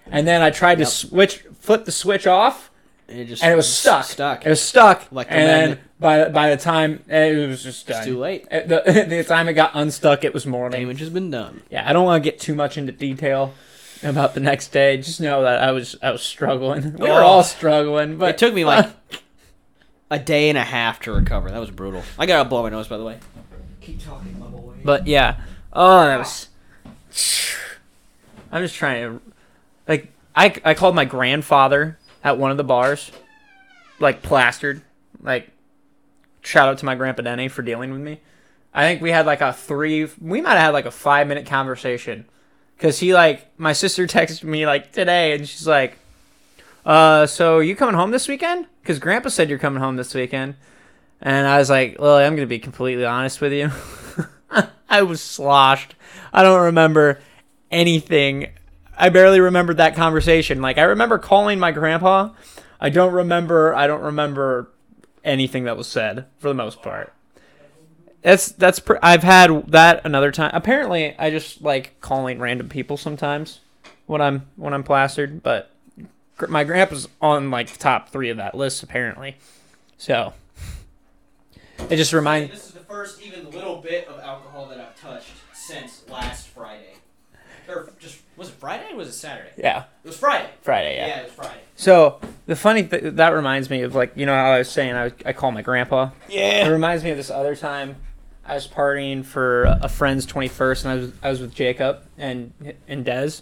S1: and then I tried
S2: Yep.
S1: to switch flip the switch off,
S2: And it just
S1: and it was stuck.
S2: Stuck.
S1: It was stuck. And
S2: Electromagnet.
S1: then by by the time eh, it was just done.
S2: it's too late.
S1: At the, [laughs] the time it got unstuck, it was morning.
S2: Damage has been done.
S1: Yeah, I don't want to get too much into detail about the next day. Just know that I was I was struggling. We were
S2: Oh.
S1: all struggling, but
S2: It took me like [laughs] a day and a half to recover. That was brutal. I gotta blow my nose, by the way.
S3: Keep talking, my boy.
S1: But yeah. Oh, that was. I'm just trying to, like, I I called my grandfather at one of the bars, like plastered, like. Shout out to my grandpa Denny for dealing with me. I think we had like a three. We might have had like a five minute conversation, cause he like my sister [laughs] texted me like today and she's like, "Uh, so you coming home this weekend? Cause grandpa said you're coming home this weekend." And I was like, Lily, I'm going to be completely honest with you. [laughs] I was sloshed. I don't remember anything. I barely remembered that conversation. Like, I remember calling my grandpa. I don't remember. I don't remember anything that was said for the most part. That's that's. Pr- I've had that another time. Apparently, I just like calling random people sometimes when I'm when I'm plastered. But gr- my grandpa's on like top three of that list apparently. So it just reminds.
S2: This is the first even little bit of alcohol that I've touched since last Friday. Or just was it Friday or was it Saturday?
S1: Yeah,
S2: It was Friday.
S1: Friday.
S2: it was Friday.
S1: So the funny th- that reminds me of like you know how I was saying I, I call my grandpa. It
S2: Yeah.
S1: reminds me of this other time I was partying for a friend's twenty first, and I was I was with Jacob and and Dez.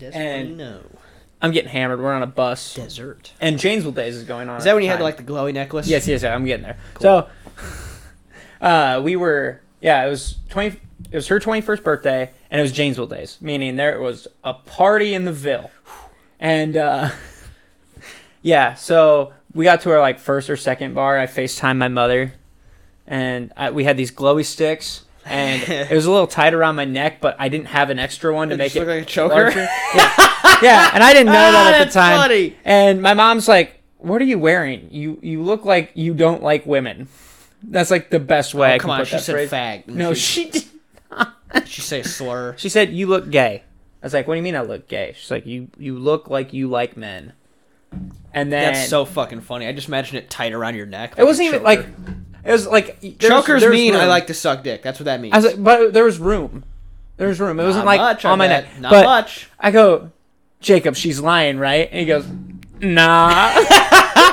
S1: And-
S2: no
S1: I'm getting hammered. We're on a bus,
S2: dessert.
S1: and Janesville Days is going on.
S2: Is
S1: at
S2: that when
S1: the
S2: you had
S1: time.
S2: like the glowy necklace?
S1: Yes, yes, yes, I'm getting there.
S2: Cool.
S1: So, [laughs] uh, we were, yeah, it was twenty. It was her twenty first birthday, and it was Janesville days, meaning there was a party in the
S2: [sighs]
S1: Ville, and uh, [laughs] yeah, so we got to our like first or second bar. I Facetime my mother, and I, we had these glowy sticks.
S2: [laughs]
S1: And it was a little tight around my neck, but I didn't have an extra one to
S2: It
S1: make
S2: just
S1: it
S2: looked like a choker. [laughs]
S1: larger. yeah. yeah, and I didn't know that at the
S2: that's
S1: time.
S2: funny.
S1: And my mom's like, "What are you wearing? You you look like you don't like women." That's like the best way I
S2: Oh,
S1: can
S2: come on,
S1: put
S2: she
S1: that
S2: said
S1: phrase.
S2: fag.
S1: no,
S2: she,
S1: she did.
S2: she said slur.
S1: [laughs] she said you look gay. I was like, "What do you mean I look gay?" She's like, "You you look like you like men." And then
S2: That's so fucking funny. I just imagine it tight around your neck.
S1: it wasn't even
S2: choker.
S1: like it was like there's-
S2: chokers
S1: there's
S2: mean I
S1: room.
S2: like to suck dick. That's what that means.
S1: I was like, but there was room. There was room. It wasn't
S2: Not
S1: like
S2: much, I
S1: on my
S2: bet.
S1: neck.
S2: Not
S1: but
S2: much.
S1: I go, Jacob, she's lying, right? And he goes, Nah. [laughs]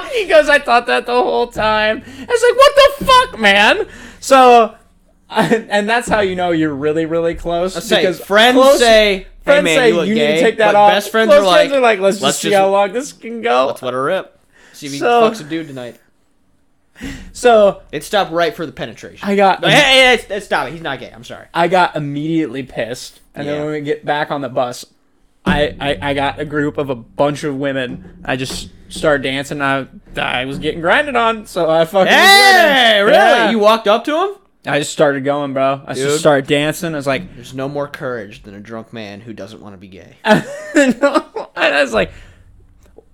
S1: he goes, I thought that the whole time. I was like, What the fuck, man? So, [laughs] and that's how you know you're really, really close.
S2: Let's say friends
S1: close-
S2: say, "Hey,
S1: friends
S2: man,
S1: say
S2: you,
S1: you,
S2: look
S1: need
S2: gay,"
S1: to take that
S2: but
S1: off.
S2: Best friends,
S1: Close
S2: are, like,
S1: let's,
S2: "Let's
S1: just see
S2: just-
S1: [laughs] how long this can go.
S2: let's let her rip. See if he
S1: So-
S2: fucks a dude tonight.
S1: so
S2: It stopped right for the penetration.
S1: I got
S2: No, hey, hey, hey, st- stop it. He's not gay. I'm sorry.
S1: I got immediately pissed. And
S2: Yeah.
S1: then when we get back on the bus, I, I, I got a group of a bunch of women. I just started dancing. I I was getting grinded on, so I fucking. was
S2: Hey,
S1: winning.
S2: really?
S1: Yeah.
S2: You walked up to him?
S1: I just started going, bro. I
S2: Dude.
S1: just started dancing. I was like, [laughs]
S2: There's no more courage than a drunk man who doesn't want to be gay.
S1: and I was like,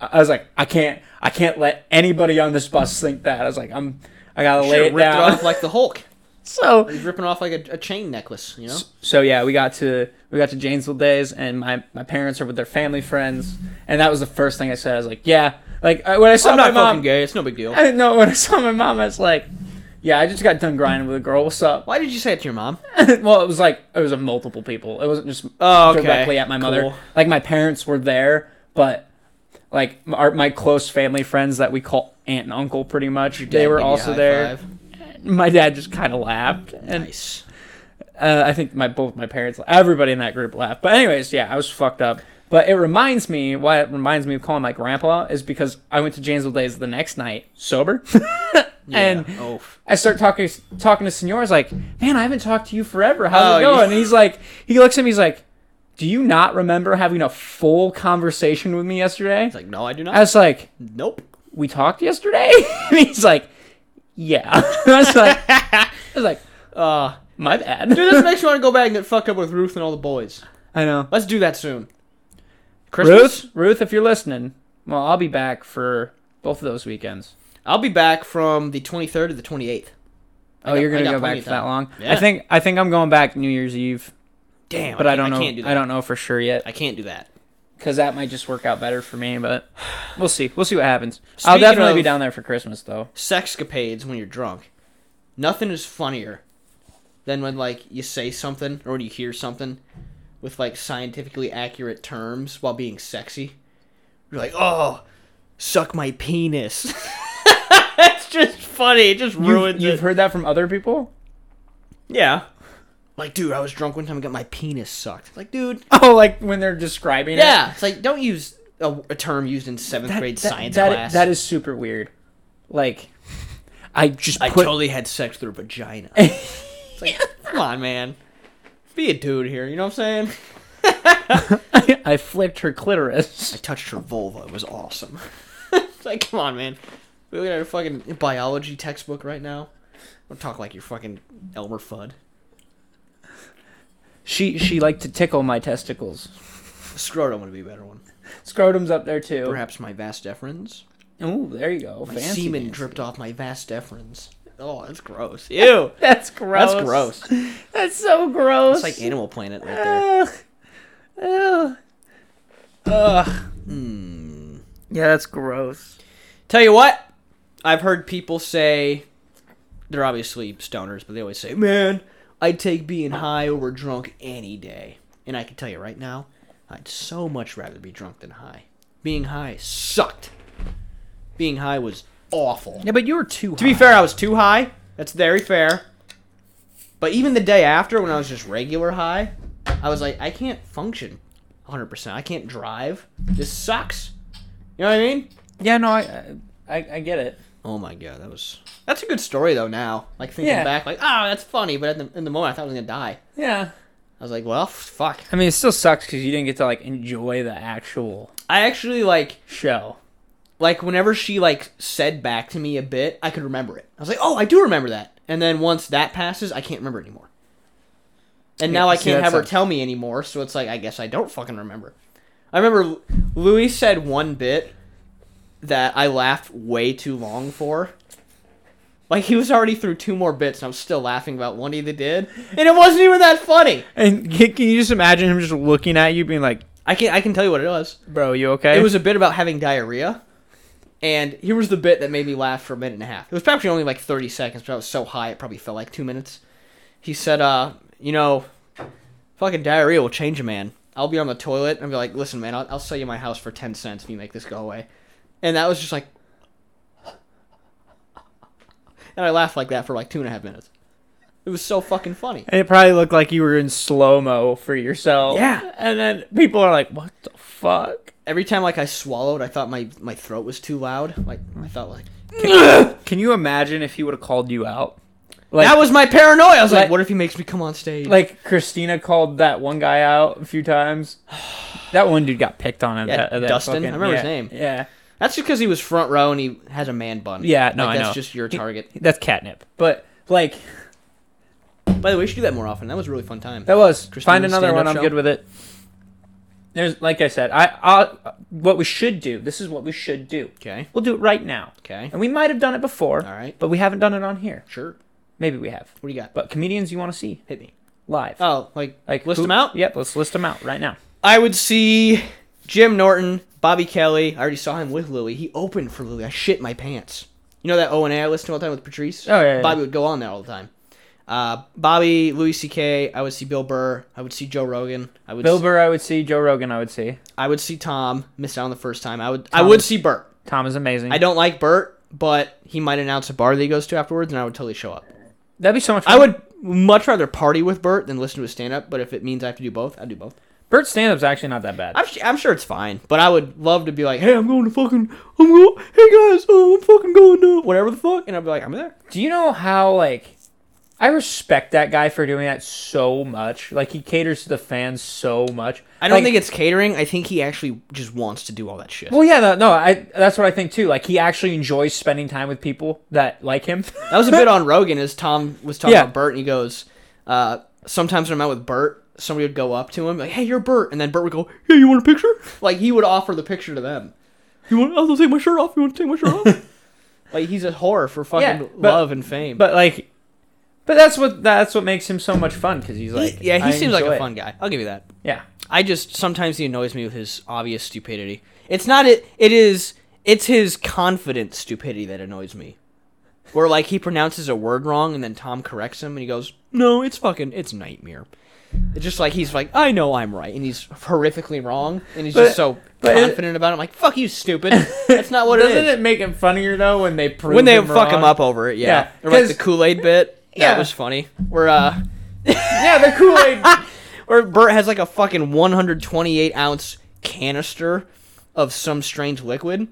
S1: I was like, I can't, I can't let anybody on this bus think that. I was like, I'm, I gotta lay
S2: Should've
S1: it
S2: ripped
S1: down.
S2: it off like the Hulk.
S1: [laughs] so
S2: He's ripping off like a, a chain necklace, you know?
S1: so yeah, we got to we got to Janesville days, and my my parents are with their family friends, and that was the first thing I said. I was like, yeah, like I- when I saw
S2: I'm
S1: my
S2: not
S1: mom,
S2: fucking gay. It's no big deal.
S1: [laughs] I didn't know when I saw my mom, I was like, yeah, I just got done grinding with a girl. What's up? [laughs]
S2: Why did you say it to your mom?
S1: well, it was like it was a multiple people. It wasn't just uh,
S2: Oh, okay.
S1: directly at my mother.
S2: Cool.
S1: Like my parents were there, but like our, my close family friends that we call aunt and uncle, pretty much,
S2: Dad,
S1: they were
S2: give you a
S1: also
S2: high
S1: there.
S2: five.
S1: My dad just kind of laughed, and
S2: Nice.
S1: uh, I think my both my parents, everybody in that group laughed. But anyways, yeah, I was fucked up. But it reminds me why it reminds me of calling my grandpa is because I went to Janesville Days the next night sober, [laughs] and
S2: Yeah. oh, f-
S1: I start talking talking to Senor. I was like, "Man, I haven't talked to you forever. How's
S2: Oh,
S1: it going?"
S2: yeah.
S1: And he's like, he looks at me. He's like, "Do you not remember having a full conversation with me yesterday?"
S2: it's like no, I do not.
S1: I was like,
S2: nope.
S1: "We talked yesterday." [laughs] and he's like, "Yeah." [laughs] I was like, "I was like,
S2: Uh,
S1: my bad." [laughs]
S2: dude, this makes me want to go back and get fucked up with Ruth and all the boys.
S1: I know.
S2: Let's do that soon. Christmas?
S1: Ruth, Ruth, if you're listening, well, I'll be back for both of those weekends.
S2: I'll be back from the 23rd to the 28th. I
S1: Oh,
S2: got-
S1: you're
S2: I
S1: gonna
S2: got
S1: go
S2: plenty
S1: back
S2: of
S1: for that
S2: time.
S1: long.
S2: Yeah.
S1: I think I think I'm going back New Year's Eve,
S2: Damn,
S1: but Oh, I, don't know.
S2: can't do that.
S1: I don't know for sure yet
S2: I can't do that.
S1: because that might just work out better for me. But we'll see. We'll see what happens. I'll
S2: Speaking
S1: definitely be
S2: of-
S1: down there for Christmas though.
S2: Sexcapades when you're drunk. Nothing is funnier than when like you say something or when you hear something with like scientifically accurate terms while being sexy. You're like, oh, suck my penis. [laughs] That's just funny. It just
S1: You've,
S2: ruined.
S1: you've
S2: it.
S1: heard that from other people?
S2: yeah. Like, dude, I was drunk one time and got my penis sucked. Like, dude,
S1: [laughs] Oh, like when they're describing it.
S2: Yeah, it's like don't use a, a term used in seventh grade science
S1: that,
S2: class.
S1: That is super weird. Like, I just
S2: I
S1: put.
S2: totally had sex through a vagina. it's like, come on, man, be a dude here. You know what I'm saying?
S1: [laughs] I flipped her clitoris.
S2: I touched her vulva. It was awesome. it's [laughs] like, come on, man. We look at our fucking biology textbook right now. Don't talk like you're fucking Elmer Fudd.
S1: She she liked to tickle my testicles.
S2: Scrotum would be a better one.
S1: Scrotum's up there too.
S2: Perhaps my vas deferens.
S1: Ooh, there you go.
S2: My
S1: Fancy
S2: semen
S1: dancy.
S2: dripped off my vas deferens. Oh, that's gross. Ew.
S1: [laughs] That's gross.
S2: That's gross.
S1: That's so gross.
S2: It's like Animal Planet right there.
S1: Ugh. Ugh. Ugh. Yeah, that's gross.
S2: Tell you what, I've heard people say they're obviously stoners, but they always say, "Man, I'd take being high over drunk any day." And I can tell you right now, I'd so much rather be drunk than high. Being high sucked. Being high was awful.
S1: Yeah, but you were too.
S2: To be fair, I was too high. That's very fair. But even the day after, when I was just regular high, I was like, I can't function 100%. I can't drive. This sucks. You know what I mean?
S1: yeah, no, I, I, I get it.
S2: Oh my god, that was that's a good story though. Now, like thinking
S1: Yeah.
S2: back, like oh, that's funny, but at the, in the moment, I thought I was gonna die.
S1: Yeah.
S2: I was like, well, f- fuck.
S1: I mean, it still sucks because you didn't get to like enjoy the actual
S2: I actually like
S1: show.
S2: like whenever she like said back to me a bit, I could remember it. I was like, oh, I do remember that. And then once that passes, I can't remember anymore. And now
S1: Yeah,
S2: I
S1: see,
S2: can't
S1: that
S2: have her
S1: sucks.
S2: tell me anymore, so it's like I guess I don't fucking remember. I remember Lu- Louis said one bit that I laughed way too long for. Like he was already through two more bits, and I'm still laughing about one he did, and it wasn't even that funny.
S1: And can, can you just imagine him just looking at you, being like,
S2: I can I can tell you what it was.
S1: "Bro, you okay?"
S2: It was a bit about having diarrhea. And here was the bit that made me laugh for a minute and a half. It was probably only like 30 seconds, but I was so high it probably felt like two minutes. He said, uh, you know, fucking diarrhea will change a man. I'll be on the toilet and I'll be like, listen, man, I'll, I'll sell you my house for 10 cents if you make this go away. And that was just like. [laughs] And I laughed like that for like two and a half minutes. It was so fucking funny.
S1: And it probably looked like you were in slow mo for yourself.
S2: Yeah.
S1: And then people are like, "What the fuck?"
S2: Every time like I swallowed, I thought my, my throat was too loud. Like, I thought like.
S1: Can you imagine if he would have called you out? Like,
S2: that was my paranoia. I was like,
S1: Like-
S2: what if he makes me come on stage?
S1: like Christina called that one guy out a few times. [sighs] That one dude got picked on. At
S2: Yeah,
S1: that, at that
S2: Dustin. I
S1: fucking-
S2: remember his
S1: yeah,
S2: name.
S1: Yeah,
S2: that's just because he was front row and he has a man bun.
S1: yeah. No, I
S2: like, that's
S1: know.
S2: just your
S1: He-
S2: target.
S1: that's catnip. But like
S2: By the way, you should do that more often. That was a really fun time.
S1: that was.
S2: Christina's
S1: Find another
S2: stand-up
S1: one. I'm
S2: show?
S1: good with it. There's like I said. I, I what we should do. This is what we should do.
S2: okay.
S1: We'll do it right now.
S2: Okay.
S1: And we might have done it before.
S2: All right.
S1: But we haven't done it on here.
S2: Sure.
S1: Maybe we have.
S2: What do you got?
S1: But comedians you want to see
S2: Hit me.
S1: live.
S2: Oh, like
S1: like
S2: list
S1: who-
S2: them out.
S1: Yep, let's list them out right now.
S2: I would see Jim Norton, Bobby Kelly. I already saw him with Lily. He opened for Lily. I shit my pants. You know that O and A I listened to all the time with Patrice.
S1: Oh, yeah, yeah.
S2: Bobby would go on there all the time. Uh, Bobby, Louis C.K. I would see Bill Burr. I would see Joe Rogan. I would
S1: Bill
S2: see-
S1: Burr, I would see. Joe Rogan, I would see.
S2: I would see Tom. Missed out on the first time. I would. I would see Burt.
S1: Tom is amazing.
S2: I don't like Bert, but he might announce a bar that he goes to afterwards, and I would totally show up.
S1: That'd be so much. Fun.
S2: I would much rather party with Bert than listen to his stand up, but if it means I have to do both, I'd do both.
S1: Bert's stand-up's actually not that bad.
S2: I'm, su- I'm sure it's fine, but I would love to be like, hey, I'm going to fucking, I'm going, hey guys, oh, I'm fucking going to whatever the fuck, and I'd be like, I'm there.
S1: Do you know how like? I respect that guy for doing that so much. Like he caters to the fans so much.
S2: I don't
S1: Like-
S2: think it's catering. I think he actually just wants to do all that shit.
S1: Well, yeah, no, no, I that's what I think too. Like he actually enjoys spending time with people that like him. [laughs]
S2: That was a [laughs] bit on Rogan as Tom was talking
S1: Yeah.
S2: about Bert, and he goes, uh, sometimes when I'm out with Bert, somebody would go up to him, like, hey, you're Bert. And then Bert would go, hey, you want a picture? Like, he would offer the picture to them. You want, I'll take my shirt off. You want to take my shirt off? [laughs] Like he's a whore for fucking
S1: Yeah, but-
S2: love and fame.
S1: But like, but that's what that's what makes him so much fun because he's
S2: He-
S1: like,
S2: yeah, he
S1: I
S2: seems like
S1: enjoy
S2: a
S1: it.
S2: fun guy. I'll give you that.
S1: Yeah,
S2: I just sometimes he annoys me with his obvious stupidity. It's not it. It is. It's his confident stupidity that annoys me. Where like he pronounces a word wrong and then Tom corrects him and he goes, "No, it's fucking it's nightmare." It's just like he's like, "I know I'm right," and he's horrifically wrong, and he's
S1: But-
S2: just so
S1: but it-
S2: confident about it. I'm like, "Fuck you, stupid." That's not what it
S1: [laughs] doesn't
S2: is.
S1: it make him funnier though when they prove
S2: when they
S1: him
S2: fuck him
S1: wrong?
S2: up over it, yeah.
S1: Yeah,
S2: Or like
S1: 'cause-
S2: the Kool Aid bit.
S1: Yeah.
S2: That was funny. Where uh,
S1: Yeah, the Kool [laughs] Aid.
S2: Or Bert has like a fucking 128 ounce canister of some strange liquid,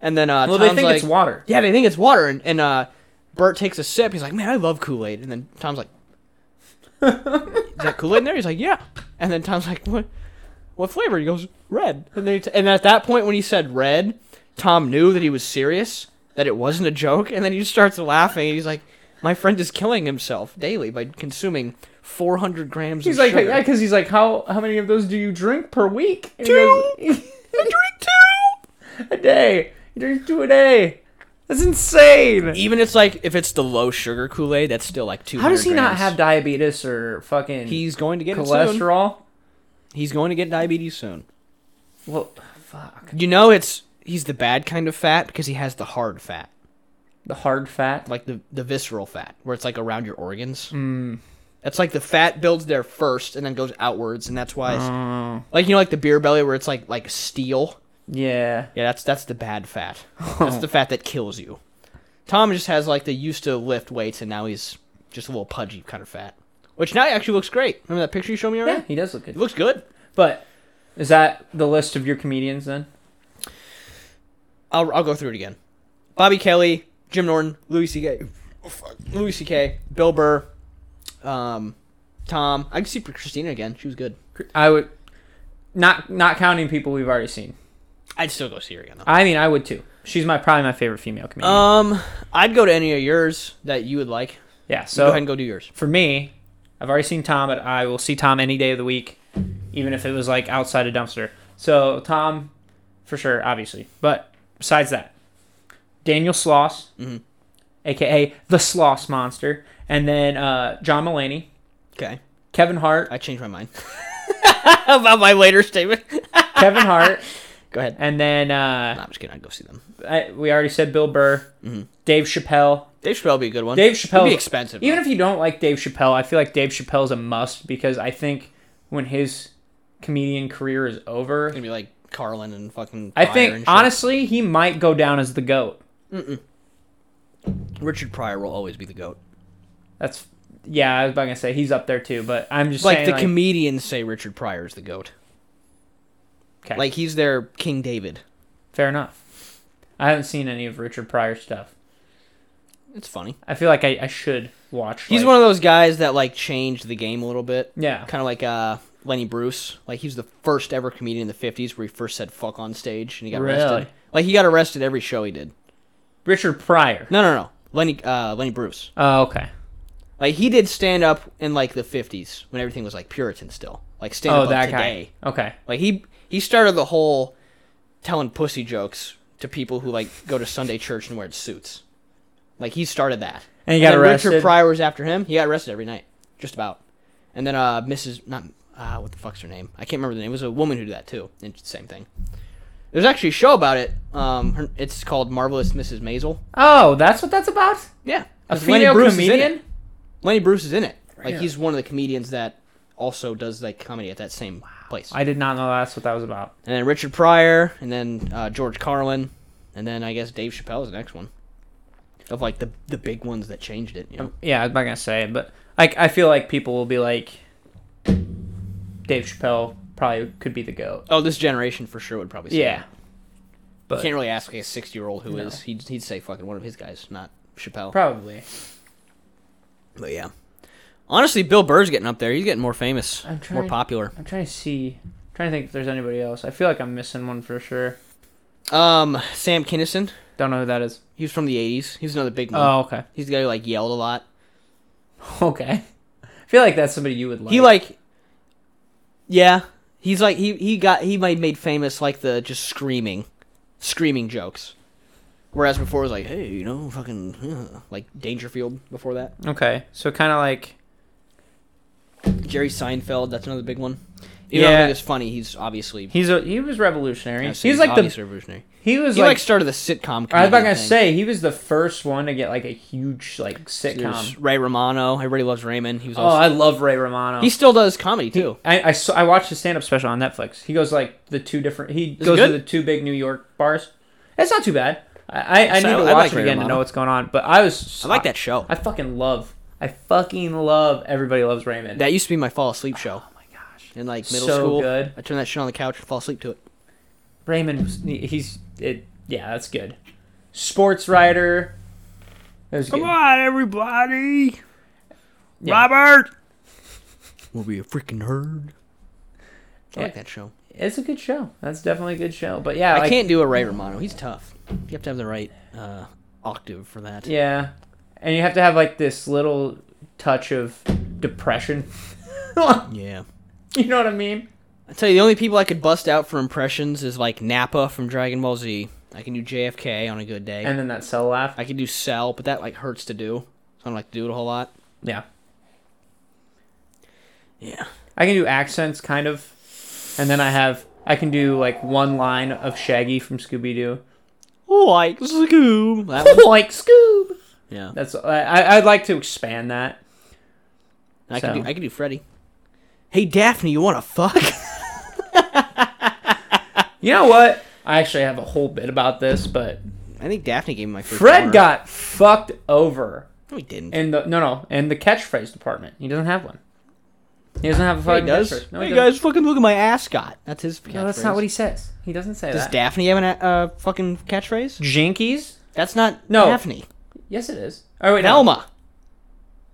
S2: and then uh,
S1: well,
S2: Tom's
S1: they think
S2: like,
S1: it's water.
S2: Yeah, they think it's water, and, and uh, Bert takes a sip. He's like, "Man, I love Kool Aid," and then Tom's like, "Is that Kool Aid in there?" He's like, "Yeah," and then Tom's like, "What? What flavor?" He goes, "Red," and then he t- and at that point when he said red, Tom knew that he was serious, that it wasn't a joke, and then he just starts laughing. And he's like. My friend is killing himself daily by consuming 400 grams
S1: He's
S2: of
S1: like,
S2: sugar.
S1: yeah, because he's like, how how many of those do you drink per week? And he
S2: Two.
S1: [laughs] goes, [laughs] a day. He drinks two a day. That's insane.
S2: Even it's like if it's the low sugar Kool Aid, that's still like two.
S1: How does he not have diabetes or fucking
S2: He's going to get cholesterol. It soon.
S1: cholesterol?
S2: He's going to get diabetes soon.
S1: Well, fuck.
S2: You know, it's he's the bad kind of fat because he has the hard fat,
S1: The hard fat.
S2: like the the visceral fat, where it's like around your organs. Mm.
S1: Hmm.
S2: That's like the fat builds there first and then goes outwards, and that's why, it's,
S1: Oh.
S2: like you know, like the beer belly, where it's like like steel.
S1: Yeah.
S2: Yeah, that's that's the bad fat. That's the fat that kills you. Tom just has like the used to lift weights and now he's just a little pudgy kind of fat, which now he actually looks great. Remember that picture you showed me
S1: Yeah,
S2: already?
S1: he does look good.
S2: He looks good.
S1: But is that the list of your comedians then?
S2: I'll I'll go through it again. Bobby Kelly, Jim Norton, Louis C.K. Oh, fuck. Louis C.K. Bill Burr, um, Tom. I can see Christina again. She was good.
S1: I would not not counting people we've already seen.
S2: I'd still go see her again though.
S1: I mean, I would too. She's my probably my favorite female comedian.
S2: Um, I'd go to any of yours that you would like.
S1: yeah.
S2: So
S1: So
S2: go ahead and go do yours.
S1: for me, I've already seen Tom, but I will see Tom any day of the week, even if it was like outside a dumpster. So Tom, for sure, obviously. But besides that, Daniel Sloss,
S2: Mhm.
S1: aka the Sloss Monster, and then uh, John Mulaney,
S2: Okay.
S1: Kevin Hart,
S2: I changed my mind [laughs] about my later statement.
S1: Kevin Hart,
S2: Go ahead.
S1: and then
S2: No,
S1: uh,
S2: I'm just kidding. I'd go see them.
S1: I, we already said Bill Burr,
S2: Mhm.
S1: Dave Chappelle.
S2: Dave Chappelle would be a good one.
S1: Dave
S2: It'd
S1: Chappelle
S2: be expensive.
S1: Even
S2: though.
S1: if you don't like Dave Chappelle, I feel like Dave Chappelle's a must because I think when his comedian career is over,
S2: it's gonna be like Carlin and fucking.
S1: I
S2: Pryor and
S1: think
S2: shit.
S1: honestly he might go down as the goat.
S2: Richard Pryor will always be the goat.
S1: That's yeah, I was about to say he's up there too, but I'm just
S2: Like
S1: saying
S2: the
S1: like,
S2: comedians say, Richard Pryor is the goat.
S1: okay,
S2: Like he's their King David.
S1: fair enough. I haven't seen any of Richard Pryor stuff.
S2: It's funny.
S1: I feel like I, I should watch.
S2: He's
S1: like-
S2: one of those guys that like changed the game a little bit.
S1: yeah,
S2: Kind of like uh, Lenny Bruce. Like he was the first ever comedian in the '50s where he first said "fuck" on stage and he got
S1: Really?
S2: arrested. Like he got arrested every show he did.
S1: Richard Pryor.
S2: No, no, no. Lenny uh, Lenny Bruce.
S1: Oh, okay.
S2: Like he did stand up in like the '50s when everything was like Puritan still. Like stand
S1: Oh,
S2: up
S1: that
S2: today.
S1: guy. Okay.
S2: Like he he started the whole telling pussy jokes to people who like go to Sunday church and wear suits. Like he started that.
S1: And he got
S2: then
S1: arrested?
S2: Richard Pryor was after him. He got arrested every night, just about. And then uh, Mrs. Not uh, what the fuck's her name? I can't remember the name. It was a woman who did that too. And same thing. There's actually a show about it. Um, her, it's called Marvelous Mrs. Maisel.
S1: Oh, that's what that's about.
S2: Yeah,
S1: A
S2: 'cause Lenny
S1: female
S2: Bruce is in it.
S1: comedian.
S2: Lenny Bruce is in it. Like he's one of the comedians that also does like comedy at that same place.
S1: I did not know that's what that was about.
S2: and then Richard Pryor, and then uh, George Carlin, and then I guess Dave Chappelle is the next one of like the the big ones that changed it. You know,
S1: Yeah, I'm not gonna say, but like I feel like people will be like, Dave Chappelle probably could be the goat.
S2: oh, this generation for sure would probably. Say
S1: Yeah,
S2: that.
S1: but
S2: can't really ask like, a six year old who is. He'd he'd say fucking one of his guys, not Chappelle.
S1: probably.
S2: But yeah, honestly, Bill Burr's getting up there. He's getting more famous,
S1: I'm
S2: more
S1: trying-
S2: popular.
S1: I'm trying to see, trying to think if there's anybody else. I feel like I'm missing one for sure.
S2: Um, Sam Kinison,
S1: Don't know who that is.
S2: he was from the '80s. He was another big one.
S1: Oh, okay, [laughs]
S2: He's the guy who like yelled a lot.
S1: okay. I feel like that's somebody you would like.
S2: he like yeah he's like he he got he made made famous like the just screaming screaming jokes Whereas before it was like, hey, you know, fucking [laughs] huh, like Dangerfield before that.
S1: Okay, so kind of like
S2: Jerry Seinfeld, that's another big one. Even yeah. though I
S1: Yeah.
S2: think it's funny, he's obviously
S1: he's a, he was revolutionary.
S2: I
S1: He's,
S2: say
S1: like the
S2: obviously revolutionary.
S1: he was
S2: He like,
S1: like.
S2: started the sitcom.
S1: I was about
S2: comedy
S1: gonna
S2: thing.
S1: say he was the first one to get like a huge like sitcom.
S2: There's Ray Romano. Everybody loves Raymond. He was
S1: oh,
S2: also,
S1: I love Ray Romano.
S2: he still does comedy too.
S1: I, I, saw, I watched his stand up special on Netflix. He goes like the two different. He
S2: it
S1: goes
S2: good?
S1: to the two big New York bars. It's not too bad. I, I, I
S2: So
S1: need to
S2: I- I
S1: watch
S2: like
S1: it
S2: Ray
S1: again to
S2: Romano.
S1: know what's going on. But I was
S2: I like that show.
S1: I fucking love. I fucking love. Everybody loves Raymond.
S2: That used to be my fall asleep show.
S1: oh my gosh,
S2: In like middle
S1: So
S2: school,
S1: good.
S2: I turned that shit on the couch and fall asleep to it.
S1: Raymond. was- He's it. Yeah, that's good. Sports writer. That was good.
S2: on, everybody!
S1: Yeah.
S2: Robert, we'll be a freaking herd. I like
S1: Yeah.
S2: that show.
S1: It's a good show. That's definitely a good show. But yeah,
S2: I
S1: like,
S2: can't do a Ray Romano. He's tough. You have to have the right uh, octave for that.
S1: Yeah, and you have to have like this little touch of depression. [laughs] you
S2: yeah.
S1: know what I mean?
S2: I tell you, the only people I could bust out for impressions is like Nappa from Dragon Ball Z. I can do JFK on a good day.
S1: And then that cell laugh.
S2: I can do Cell, but that like hurts to do. So I don't like to do it a whole lot.
S1: Yeah,
S2: Yeah.
S1: I can do accents kind of, and then I have I can do like one line of Shaggy from Scooby Doo,
S2: Like Scoob. That
S1: [laughs]
S2: one.
S1: like Scoob.
S2: Yeah.
S1: That's I I- I'd like to expand that.
S2: I can
S1: So.
S2: do I can do Freddy. Hey Daphne, you wanna fuck? [laughs]
S1: You know what? I actually have a whole bit about this, but
S2: I think Daphne gave me my first
S1: Fred
S2: order.
S1: got fucked over
S2: No he didn't.
S1: in the no no in the catchphrase department. He doesn't have one. He doesn't have a
S2: Yeah,
S1: fucking
S2: he does.
S1: catchphrase. No,
S2: hey
S1: he doesn't.
S2: guys, fucking look at my ascot. That's his catchphrase.
S1: No, that's not what he says. He doesn't say
S2: Does
S1: that.
S2: Daphne have an a- uh, fucking catchphrase?
S1: Jinkies?
S2: That's not
S1: No.
S2: Daphne.
S1: Yes, it is. Oh wait, no.
S2: Velma.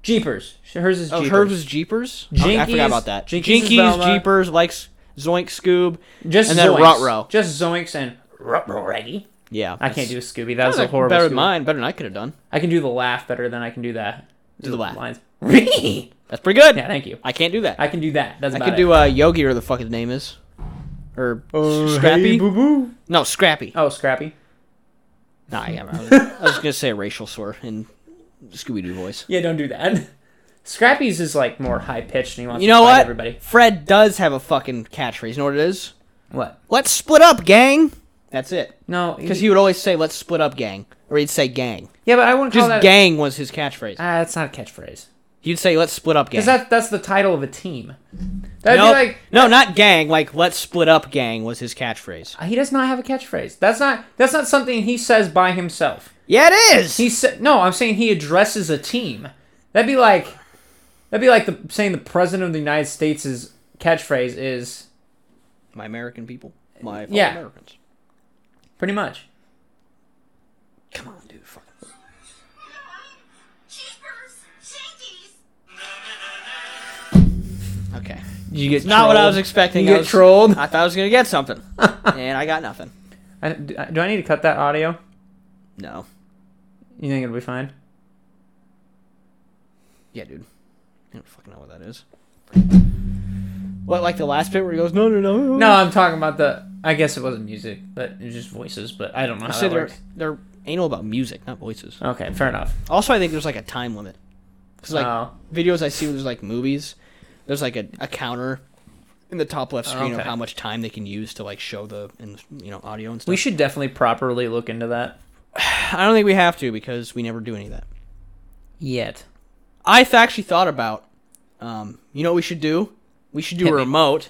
S1: Jeepers. Hers is
S2: Oh,
S1: Jeepers.
S2: hers was Jeepers. Okay, I
S1: Jinkies-
S2: forgot about that.
S1: Jinkies
S2: Jinkies,
S1: is Velma.
S2: Jeepers, likes Zoink, Scoob.
S1: just
S2: and then
S1: zoinks.
S2: Ruh-roh.
S1: Just zoinks and ruh Reggie.
S2: Yeah,
S1: I can't do Scooby. That was a horrible.
S2: Better
S1: Scooby.
S2: than mine. Better than I could have done.
S1: I can do the laugh better than I can do that.
S2: Do the laugh.
S1: Lines. [laughs] yeah,
S2: That's pretty good.
S1: thank you.
S2: I can't do that.
S1: I can do that. Oh, That's
S2: I
S1: about
S2: could
S1: it.
S2: do uh, Yogi or the fuck his name is, or Scrappy.
S1: boo boo.
S2: no, Scrappy.
S1: Oh, Scrappy.
S2: Nah, yeah, I, was, I was gonna say a racial slur in Scooby Doo voice.
S1: Yeah, don't do that. [laughs] Scrappy's is like more high pitched, and he wants
S2: You
S1: to
S2: know
S1: fight
S2: what?
S1: everybody.
S2: Fred does have a fucking catchphrase. You know what it is?
S1: What?
S2: Let's split up, gang. That's it.
S1: No,
S2: Because he would always say, "Let's split up, gang," or he'd say, "Gang."
S1: Yeah, but I wouldn't call
S2: Just
S1: that.
S2: "gang" was his catchphrase.
S1: Ah, that's not a catchphrase.
S2: He'd say, "Let's split up, gang."
S1: Because that that's the title of a team. That'd
S2: Nope.
S1: be like
S2: no, not gang. Like, let's split up, gang was his catchphrase.
S1: he does not have a catchphrase. That's not that's not something he says by himself.
S2: Yeah, it is.
S1: He said no. I'm saying he addresses a team. That'd be like that'd be like the saying the president of the United States' catchphrase is
S2: my American people. My
S1: Yeah.
S2: yeah. Americans.
S1: pretty much.
S2: Come on, dude. Fuck.
S4: Cheapers, Jinkies,
S2: Okay.
S1: You get
S2: Not what I was
S1: trolled.
S2: expecting.
S1: You
S2: I
S1: get
S2: was-
S1: trolled.
S2: I thought I was gonna get something, and I got nothing.
S1: I, do I- do I need to cut that audio?
S2: No.
S1: You think it'll be fine?
S2: Yeah, dude. I don't fucking know what that is. What, like the last bit where he goes, no, no, no, no.
S1: No, I'm talking about the. I guess it wasn't music, but it was just voices. But I don't know
S2: I
S1: how
S2: said
S1: that
S2: they're
S1: works.
S2: they're anal about music, not voices.
S1: Okay, fair enough.
S2: Also, I think there's like a time limit. Cause like
S1: Oh.
S2: videos I see, where there's like movies. There's like a, a counter in the top left screen
S1: Okay.
S2: of how much time they can use to like show the and you know audio and stuff.
S1: We should definitely properly look into that.
S2: I don't think we have to because we never do any of that.
S1: Yet.
S2: I th- actually thought about, um, you know, what we should do. We should do
S1: Hit
S2: a
S1: me.
S2: remote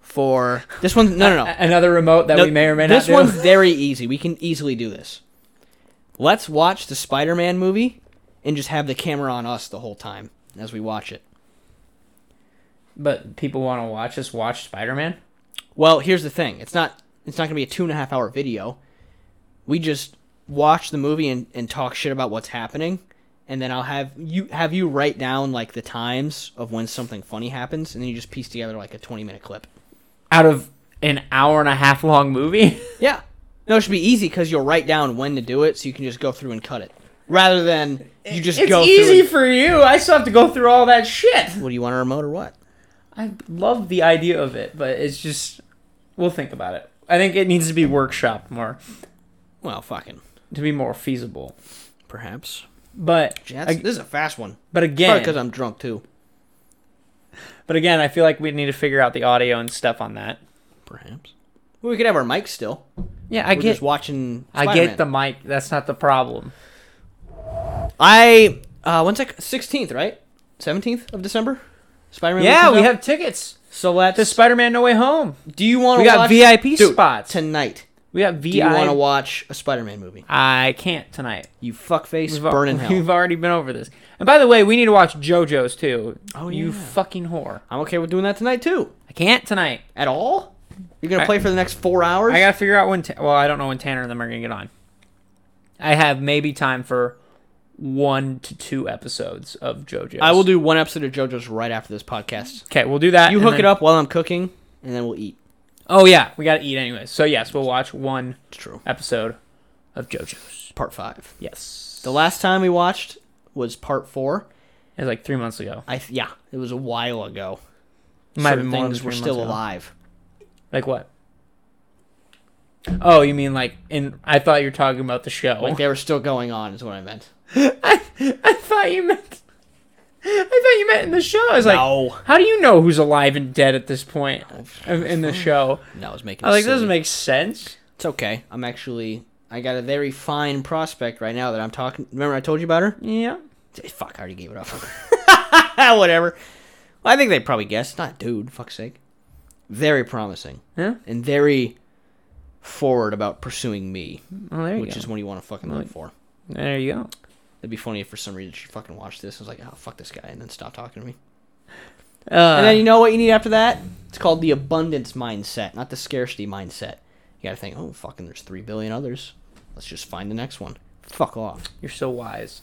S2: for this one. No, [laughs] no, no.
S1: Another remote that
S2: No,
S1: we may or may
S2: this
S1: not do.
S2: one's very easy. We can easily do this. Let's watch the Spider-Man movie and just have the camera on us the whole time as we watch it.
S1: [laughs] But people want to watch us watch Spider Man.
S2: Well, here's the thing. It's not. It's not gonna be a two and a half hour video. We just watch the movie and, and talk shit about what's happening, and then I'll have you have you write down like the times of when something funny happens, and then you just piece together like a twenty minute clip.
S1: Out of an hour and a half long movie. [laughs]
S2: Yeah. No, it should be easy because you'll write down when to do it, so you can just go through and cut it, rather than you just
S1: it's
S2: go.
S1: easy
S2: Through and-
S1: for you. I still have to go through all that shit.
S2: what do you want a remote or what?
S1: I love the idea of it, but it's just we'll think about it. I think it needs to be workshop more.
S2: Well, fucking.
S1: to be more feasible.
S2: Perhaps.
S1: But
S2: Jets.
S1: ag-
S2: this is a fast one.
S1: but
S2: Probably because
S1: again,
S2: I'm drunk too.
S1: but again, I feel like we need to figure out the audio and stuff on that.
S2: Perhaps. Well, we could have our mics still.
S1: Yeah, I
S2: We're
S1: get
S2: just watching.
S1: I get the mic. That's not the problem.
S2: I uh, when's that? Sixteenth, right? Seventeenth of December. Spider Man.
S1: Yeah, we have tickets
S2: So let's.
S1: to Spider-Man: No Way Home.
S2: do you want?
S1: We got
S2: watch,
S1: VIP
S2: Dude,
S1: spots.
S2: tonight.
S1: We got
S2: Do you want to
S1: VIP.
S2: watch a Spider Man movie?
S1: I can't tonight.
S2: You fuckface,
S1: al-
S2: burning hell.
S1: We've already been over this. And by the way, we need to watch JoJo's too.
S2: Oh,
S1: you
S2: yeah.
S1: fucking whore!
S2: I'm okay with doing that tonight too.
S1: I can't tonight.
S2: At all? You're gonna
S1: I-
S2: play for the next four hours?
S1: I gotta figure out when. Ta- well, I don't know when Tanner and them are gonna get on. I have maybe time for one to two episodes of JoJo's.
S2: I will do one episode of JoJo's right after this podcast.
S1: Okay, we'll do that.
S2: You
S1: and
S2: hook
S1: then-
S2: it up while I'm cooking, and then we'll eat.
S1: Oh yeah, we gotta eat anyways. So yes, we'll watch one
S2: It's true.
S1: episode of JoJo's.
S2: Part five.
S1: Yes,
S2: The last time we watched was part four.
S1: it was like three months ago.
S2: I th- yeah, it was a while ago.
S1: It might have
S2: Certain
S1: been more than
S2: things were
S1: three
S2: still
S1: months ago.
S2: alive.
S1: Like what? Oh, you mean like in? I thought you were talking about the show. [laughs]
S2: Like they were still going on is what I meant.
S1: I, I thought you meant. I thought you meant in the show. I was
S2: No. Oh,
S1: like, how do you know who's alive and dead at this point in in the show?
S2: No, I was making.
S1: I was like,
S2: it
S1: this doesn't
S2: silly.
S1: make sense.
S2: It's okay. I'm actually. I got a very fine prospect right now that I'm talking. Remember I told you about her?
S1: Yeah.
S2: Eh, Fuck, I already gave it up. [laughs] Whatever. Well, I think they probably guessed. Not dude. Fuck's sake. Very promising
S1: Yeah.
S2: and very forward about pursuing me,
S1: Well, there you
S2: which
S1: go.
S2: is what you want to fucking look for.
S1: there you go.
S2: It'd be funny if for some reason she fucking watched this and was like, "Oh fuck this guy," and then stopped talking to me.
S1: Uh,
S2: And then you know what you need after that? It's called the abundance mindset, not the scarcity mindset. You gotta think, oh fucking, there's three billion others. Let's just find the next one. Fuck off.
S1: you're so wise.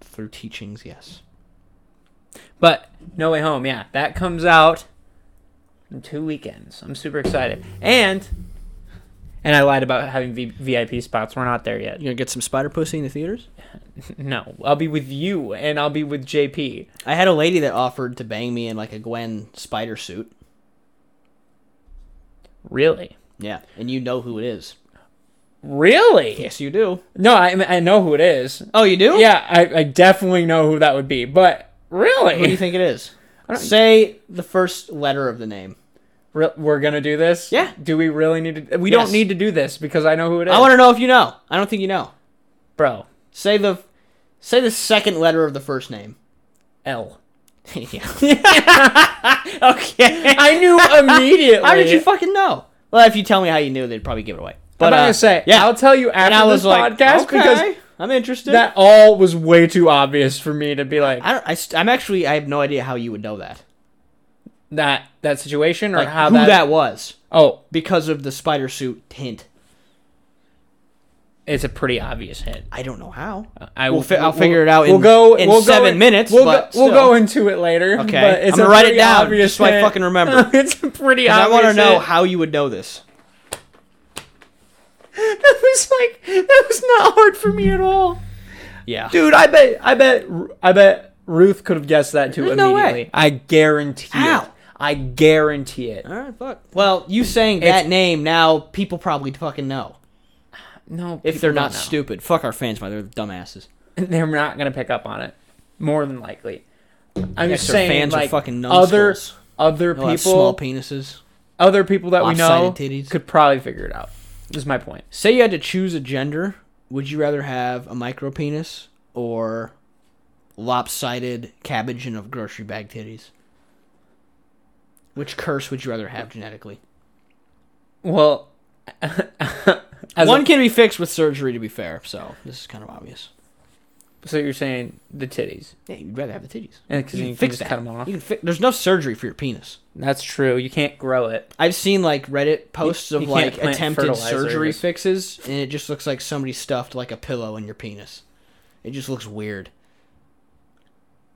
S2: Through teachings, yes.
S1: But No Way Home, yeah, that comes out in two weekends. I'm super excited. And and I lied about having v- VIP spots. We're not there yet.
S2: You gonna get some spider pussy in the theaters?
S1: No, I'll be with you and I'll be with JP.
S2: I had a lady that offered to bang me in like a Gwen spider suit.
S1: Really?
S2: Yeah, and you know who it is.
S1: Really?
S2: Yes, you do.
S1: No, I I know who it is.
S2: Oh, you do?
S1: Yeah, I, I definitely know who that would be. But
S2: Who do you
S1: really,
S2: think it is?
S1: don't-
S2: Say the first letter of the name.
S1: Re- we're gonna do this?
S2: Yeah.
S1: Do we really need to? We
S2: Yes.
S1: don't need to do this because I know who it is.
S2: I want to know if you know. I don't think you know.
S1: bro.
S2: Say the, say the second letter of the first name.
S1: [laughs]
S2: [laughs]
S1: L. [laughs]
S2: okay.
S1: I knew immediately.
S2: How did you fucking know? Well, if you tell me how you knew, they'd probably give it away. But
S1: I'm not
S2: uh,
S1: gonna say.
S2: yeah.
S1: I'll tell you
S2: and
S1: after
S2: I was
S1: this
S2: like,
S1: podcast
S2: okay,
S1: because
S2: I'm interested.
S1: that all was way too obvious for me to be like
S2: I don't. I, st- I'm actually. I have no idea how you would know that.
S1: that that situation or
S2: Like
S1: how
S2: who
S1: that,
S2: that... was
S1: Oh,
S2: because of the spider suit hint.
S1: it's a pretty obvious hint.
S2: I don't know how.
S1: I
S2: We'll
S1: will-
S2: fi- I'll
S1: we'll-
S2: figure it out in- in seven minutes,
S1: We'll,
S2: but
S1: go, we'll
S2: still.
S1: go into it later.
S2: Okay.
S1: but it's
S2: I'm gonna
S1: a
S2: write it
S1: pretty
S2: down
S1: obvious
S2: just so I
S1: hint.
S2: fucking remember.
S1: [laughs] it's a pretty obvious.
S2: 'Cause I want to know
S1: hint.
S2: how you would know this.
S1: [laughs] That was like that was not hard for me at all,
S2: Yeah.
S1: dude. I bet I bet I bet Ruth could have guessed that too
S2: There's no
S1: immediately.
S2: way.
S1: I guarantee it.
S2: How?
S1: I guarantee it.
S2: All right. Fuck. Well, you saying that
S1: It's-
S2: name now, people probably fucking know.
S1: No,
S2: If
S1: people
S2: they're
S1: don't
S2: not
S1: know.
S2: stupid, fuck our fans, man. They're dumbasses.
S1: [laughs] they're not gonna pick up on it. More than likely, I'm
S2: Yes,
S1: just
S2: their
S1: saying.
S2: fans are
S1: like,
S2: fucking
S1: other
S2: numbskulls.
S1: other
S2: They'll have small
S1: people,
S2: penises.
S1: other people that we know
S2: lopsided titties.
S1: could probably figure it out. Is my point.
S2: Say you had to choose a gender, would you rather have a micro penis or lopsided cabbage and of grocery bag titties? Which curse would you rather have genetically?
S1: [laughs] Well, as
S2: One
S1: a-
S2: can be fixed with surgery, to be fair, so this is kind of obvious.
S1: so you're saying the titties.
S2: Yeah, you'd rather have the titties.
S1: And 'cause
S2: You
S1: you
S2: can
S1: can
S2: fix
S1: just
S2: that.
S1: cut 'em off.
S2: You can fi- There's no surgery for your penis.
S1: That's true. You can't grow it.
S2: I've seen like Reddit posts of
S1: you can't
S2: like
S1: plant
S2: attempted surgery
S1: fertilizers.
S2: fixes, and it just looks like somebody stuffed like a pillow in your penis. It just looks weird.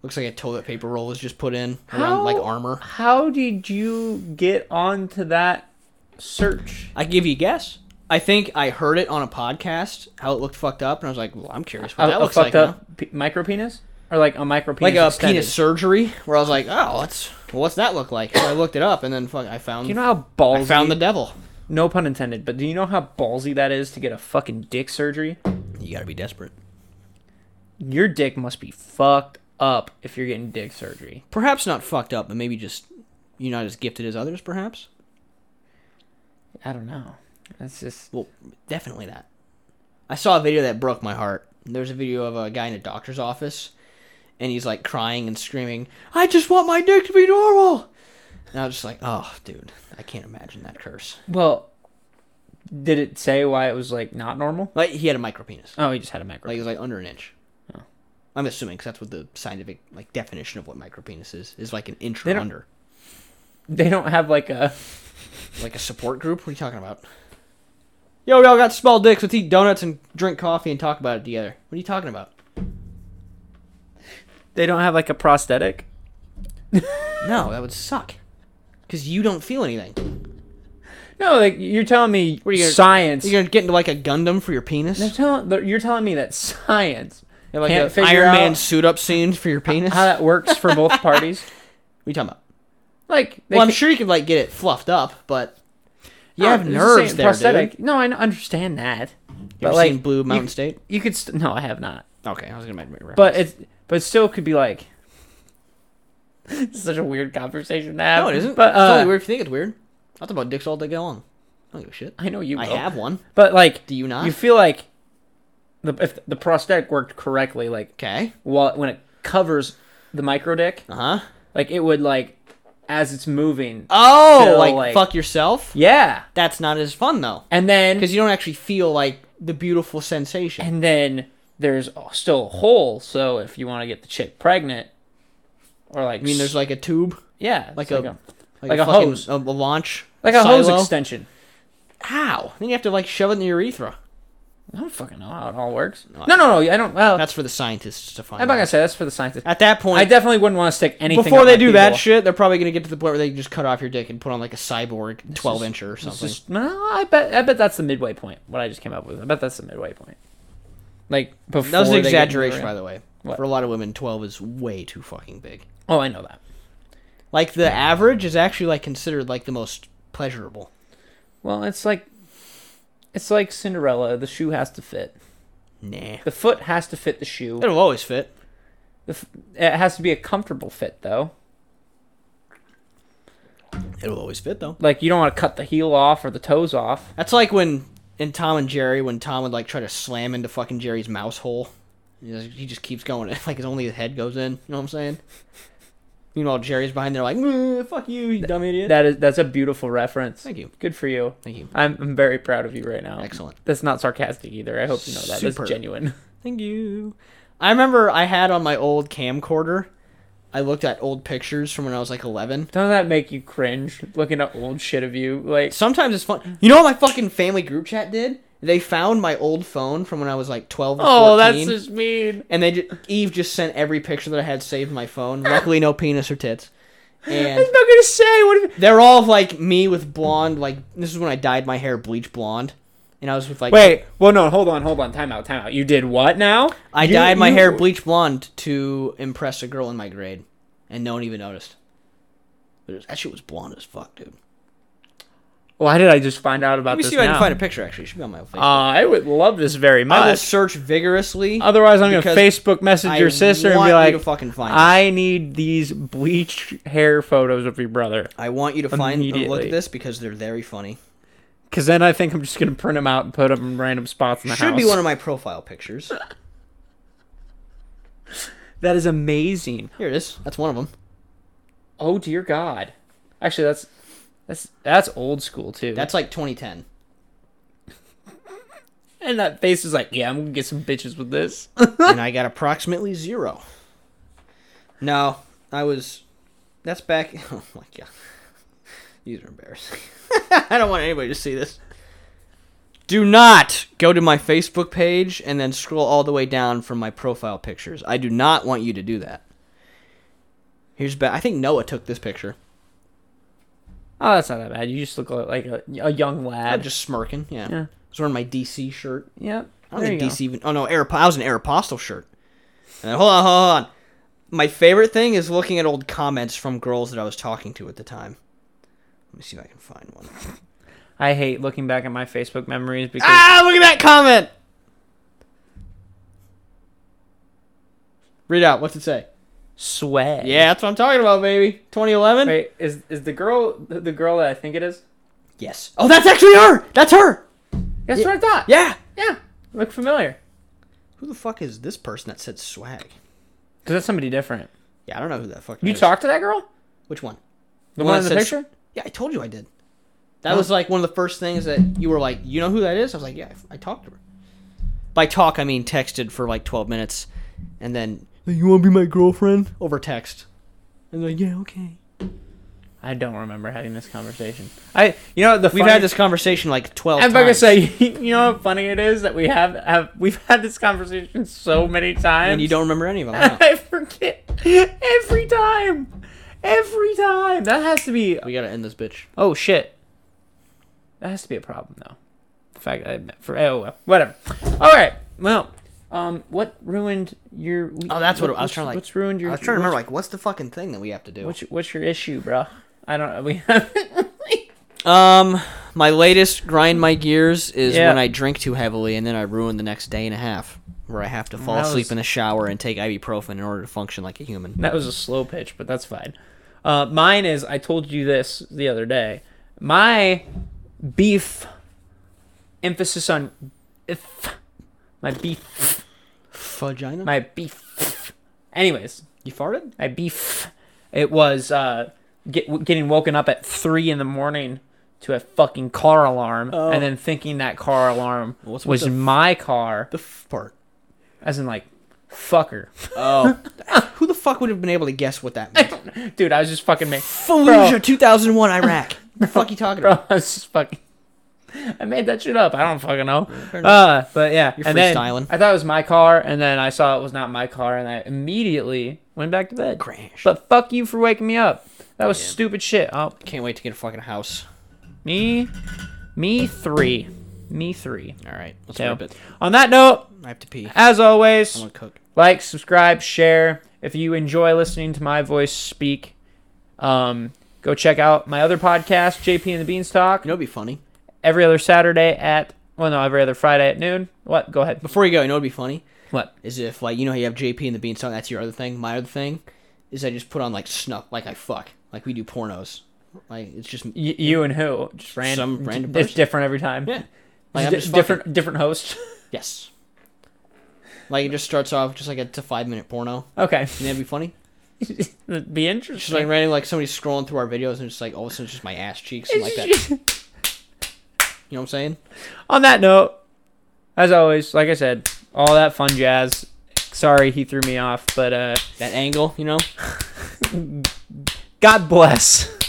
S2: Looks like a toilet paper roll was just put in around like
S1: How-
S2: armor.
S1: How did you get onto that search?
S2: I can give you a guess. I think I heard it on a podcast how it looked fucked up, and I was like, "Well, I'm curious what
S1: A,
S2: that
S1: a
S2: looks like."
S1: fucked
S2: now.
S1: up pe- micro penis, or like a micro penis?
S2: Like a
S1: extended?
S2: penis surgery, where I was like, "Oh, what's well, what's that look like?" So I looked it up, and then fuck, I found
S1: Do you know how ballsy?
S2: I found the devil.
S1: No pun intended, but do you know how ballsy that is to get a fucking dick surgery?
S2: You gotta be desperate.
S1: Your dick must be fucked up if you're getting dick surgery.
S2: Perhaps not fucked up, but maybe just you're not as gifted as others. Perhaps.
S1: I don't know. That's just
S2: Well, definitely that. I saw a video that broke my heart. There's a video of a guy in a doctor's office, and he's like crying and screaming, "I just want my dick to be normal." And I was just like, "Oh, dude, I can't imagine that curse."
S1: well. Did it say why it was like not normal?
S2: Like he had a micro penis.
S1: Oh, he just had a macro.
S2: Like it was like under an inch.
S1: Oh.
S2: I'm assuming because that's what the scientific like definition of what micropenis is is like an inch
S1: They
S2: or
S1: don't-
S2: under.
S1: they don't have like a.
S2: Like a support group? What are you talking about? Yo, we all got small dicks. Let's eat donuts and drink coffee and talk about it together. What are you talking about?
S1: They don't have like a prosthetic.
S2: No, that would suck. Because you don't feel anything.
S1: No, like you're telling me
S2: are you gonna-
S1: science.
S2: You're gonna get into like a Gundam for your
S1: They're
S2: penis?
S1: telling- they're- you're telling me that science
S2: Like
S1: can't
S2: a
S1: figure
S2: Iron
S1: out
S2: Man suit up scene for your penis?
S1: how that works for
S2: [laughs]
S1: both parties.
S2: what are you talking about?
S1: Like, they Oh,
S2: Well, I'm
S1: could-
S2: sure you could like get it fluffed up, but you
S1: I
S2: have
S1: don't- it's the
S2: nerves
S1: same
S2: there, dude.
S1: No, I n- understand that.
S2: You ever
S1: like,
S2: seen Blue
S1: you-
S2: Mountain State?
S1: You could st- no, I have not.
S2: Okay, I was gonna make a reference.
S1: But it's but it still could be like [laughs] such a weird conversation to have.
S2: No, it isn't.
S1: But
S2: it's
S1: uh,
S2: only weird if you think it's weird. I'll talk about dicks all day long. I don't give a shit.
S1: I know you.
S2: I
S1: will.
S2: have one.
S1: But like,
S2: Do you not?
S1: You feel like the if the prosthetic worked correctly, like
S2: Okay.
S1: while when it covers the micro dick,
S2: Uh huh.
S1: like it would like as it's moving.
S2: Oh,
S1: Feel
S2: like,
S1: like-
S2: fuck yourself.
S1: Yeah,
S2: That's not as fun though,
S1: and then
S2: because you don't actually feel like the beautiful sensation.
S1: and then there's still a hole. So if you want to get the chick pregnant, or like
S2: I mean, there's like a tube,
S1: yeah, it's
S2: like a- like,
S1: Like
S2: a,
S1: a
S2: fucking-
S1: hose.
S2: a, a launch,
S1: like a hose
S2: silo.
S1: extension.
S2: How? Then you have to like shove it in your urethra.
S1: I don't fucking know how it all works. No, no, no. I don't. Well,
S2: That's for the scientists to find.
S1: I'm not
S2: out.
S1: gonna say that's for the scientists.
S2: At that point,
S1: I definitely wouldn't want to stick anything
S2: before
S1: up
S2: they
S1: my
S2: do
S1: people.
S2: that shit, they're probably gonna get to the point where they can just cut off your dick and put on like a cyborg 12
S1: is-
S2: incher or
S1: It's
S2: something.
S1: just- no, I bet. I bet that's the midway point. What I just came up with. I bet that's the midway point. Like before.
S2: That was an exaggeration, by the way.
S1: What?
S2: For a lot of women, 12 is way too fucking big.
S1: Oh, I know that.
S2: Like the average is actually like considered like the most pleasurable.
S1: Well, it's like, it's like Cinderella. The shoe has to fit.
S2: Nah.
S1: The foot has to fit the shoe.
S2: It'll always fit.
S1: The f- it has to be a comfortable fit, though.
S2: It'll always fit though.
S1: Like you don't want to cut the heel off or the toes off.
S2: That's like when in Tom and Jerry when Tom would like try to slam into fucking Jerry's mouse hole. He just, he just keeps going [laughs] like his only his head goes in, you know what I'm saying? Meanwhile Jerry's behind there like, "Mm, fuck you, you dumb idiot.
S1: That is that's a beautiful reference.
S2: Thank you.
S1: Good for you.
S2: Thank you.
S1: I'm, I'm very proud of you right now.
S2: Excellent.
S1: That's not sarcastic either. I hope you know that.
S2: Superb.
S1: That's genuine. [laughs]
S2: Thank you. I remember I had on my old camcorder. I looked at old pictures from when I was like 11.
S1: Doesn't that make you cringe looking at old shit of you? Like
S2: Sometimes it's fun. You know what my fucking family group chat did? They found my old phone from when I was like 12 or
S1: Oh,
S2: 14.
S1: that's just mean.
S2: and they ju- Eve just sent every picture that I had saved in my phone. Luckily, no penis or tits.
S1: I
S2: And
S1: was about gonna say what? If,
S2: they're all of, like me with blonde. Like this is when I dyed my hair bleach blonde, and I was with like
S1: wait, well, no, hold on, hold on, time out, time out. You did what now?
S2: I
S1: You-
S2: dyed my
S1: you-
S2: hair bleach blonde to impress a girl in my grade, and no one even noticed. But it was- that shit was blonde as fuck, dude.
S1: Why did I just find out about
S2: Let me
S1: this
S2: see if I
S1: now?
S2: can find a picture. Actually, it should be on my Facebook.
S1: Uh, I would love this very
S2: I will
S1: much.
S2: search vigorously.
S1: Otherwise, I'm gonna
S2: because
S1: Facebook message
S2: I
S1: your sister and
S2: want
S1: be
S2: you
S1: like,
S2: to fucking find this.
S1: "I need these bleached hair photos of your brother,"
S2: I want you to find and look
S1: Immediately.
S2: at this because they're very funny.
S1: because then I think I'm just gonna print them out and put them in random spots in the
S2: Should
S1: house.
S2: be one of my profile pictures.
S1: that is amazing.
S2: Here it is. That's one of them.
S1: Oh dear God! Actually, that's that's that's old school too.
S2: That's like 2010.
S1: and that face is like, yeah, I'm gonna get some bitches with this. Oh,
S2: and I got approximately zero. No, I was. That's back. [laughs] Oh my god, these are embarrassing. [laughs] I don't want anybody to see this. Do not go to my Facebook page and then scroll all the way down from my profile pictures. I do not want you to do that. Here's back. I think Noah took this picture.
S1: Oh, that's not that bad. You just look like a, a young
S2: I'm
S1: lad.
S2: just smirking. Yeah.
S1: Yeah.
S2: I was wearing my DC shirt.
S1: yep.
S2: I don't
S1: there
S2: think
S1: you
S2: DC even. Oh no, Aeropo- I was an Aeropostale shirt. And then, hold on, hold on. My favorite thing is looking
S1: [laughs]
S2: at old comments from girls that I was talking to at the time. Let me see if I can find one.
S1: go. I hate looking back at my Facebook memories because
S2: Ah, look at that comment. Read out. What's it say?
S1: sweat.
S2: Yeah, that's what I'm talking about, baby. 2011.
S1: Wait, is is the girl the the girl that I think it is?
S2: Yes. Oh, that's actually her. That's her.
S1: That's what I thought.
S2: Yeah.
S1: yeah. Look familiar.
S2: Who the fuck is this person that said swag?
S1: Cause that's somebody different.
S2: Yeah, I don't know who that fucking.
S1: You
S2: is.
S1: talked to that girl?
S2: Which one?
S1: The one,
S2: that
S1: in the
S2: said-
S1: picture?
S2: Yeah, I told you I did. That
S1: Huh?
S2: was like one of the first things that you were like, you know who that is? I was like, yeah, I, I talked to her. By talk, I mean texted for like 12 minutes, and then you want to be my girlfriend over text, and like, yeah, okay.
S1: I don't remember having this conversation. I, you know, the
S2: We've
S1: funny-
S2: had this conversation like 12
S1: I'm
S2: times.
S1: about to say, [laughs] you know how funny it is that we have have we've had this conversation so many times,
S2: and
S1: [laughs]
S2: you don't remember any of them. I don't know.
S1: I forget every time, every time. That has to be.
S2: we gotta end this bitch.
S1: Oh shit. That has to be a problem though. The fact I admit for oh well, whatever. All right. Well, um, what ruined your? week-
S2: Oh, that's what, I was
S1: what's-
S2: trying to like.
S1: What's ruined your?
S2: I was trying to remember like, what's the fucking thing that we have to do?
S1: What's, what's what's your issue, bro? I don't. know. [laughs] We haven't.
S2: Um, my latest grind my gears is
S1: Yeah.
S2: when I drink too heavily and then I ruin the next day and a half, where I have to fall
S1: that
S2: asleep
S1: was-
S2: in the shower and take ibuprofen in order to function like a human.
S1: That was a slow pitch, but that's fine. Uh, mine is I told you this the other day. My beef emphasis on if my beef
S2: Vagina.
S1: my beef. Anyways,
S2: you farted?
S1: my beef. It was uh, get, getting woken up at three in the morning to a fucking car alarm, and then thinking that car alarm
S2: What's with
S1: was
S2: Oh. the-
S1: my car,
S2: The f- part.
S1: as in like fucker.
S2: Oh, [laughs] who the fuck would have been able to guess what
S1: [laughs]
S2: that meant?
S1: Dude, I was just fucking making. [laughs]
S2: Fallujah, 2001, Iraq. the fuck you talking
S1: bro. [laughs]
S2: about?
S1: I was just fucking. I made that shit up. I don't fucking know. Uh, but yeah,
S2: You're
S1: and then
S2: freestyling.
S1: I thought it was my car, and then I saw it was not my car, and I immediately went back to bed.
S2: Crash.
S1: But fuck you for waking me up. That was stupid shit. Oh,
S2: Can't wait to get a fucking house.
S1: me, me three, me three.
S2: All right, let's
S1: So,
S2: rip it.
S1: on that note,
S2: I have to pee. I'm
S1: as always,
S2: gonna cook.
S1: like, subscribe, share. If you enjoy listening to my voice speak, um, go check out my other podcast, JP and the Beanstalk.
S2: You know, it'd be funny.
S1: every other Saturday at well no every other Friday at noon. What? Go ahead.
S2: Before you go, you know, it'd be funny.
S1: What?
S2: is if like you know how you have JP and the Beanstalk. That's your other thing. My other thing is I just put on like snuff, like I fuck, like we do pornos. Like it's just
S1: Y- you and who? Just random.
S2: Some random
S1: It's
S2: person.
S1: different every time.
S2: yeah, like
S1: Like,
S2: I'm just
S1: different
S2: fucking-
S1: different host. [laughs]
S2: Yes, like it just starts off just like it's a five minute porno.
S1: okay.
S2: And that'd be funny.
S1: It'd Be
S2: Just
S1: interesting.
S2: like randomly, like somebody's scrolling through our videos and just like all of a sudden, it's just my ass cheeks and like that. [laughs] You know what I'm saying?
S1: On that note, as always, like I said, all that fun jazz. Sorry he threw me off, but uh
S2: That angle, you know.
S1: God bless.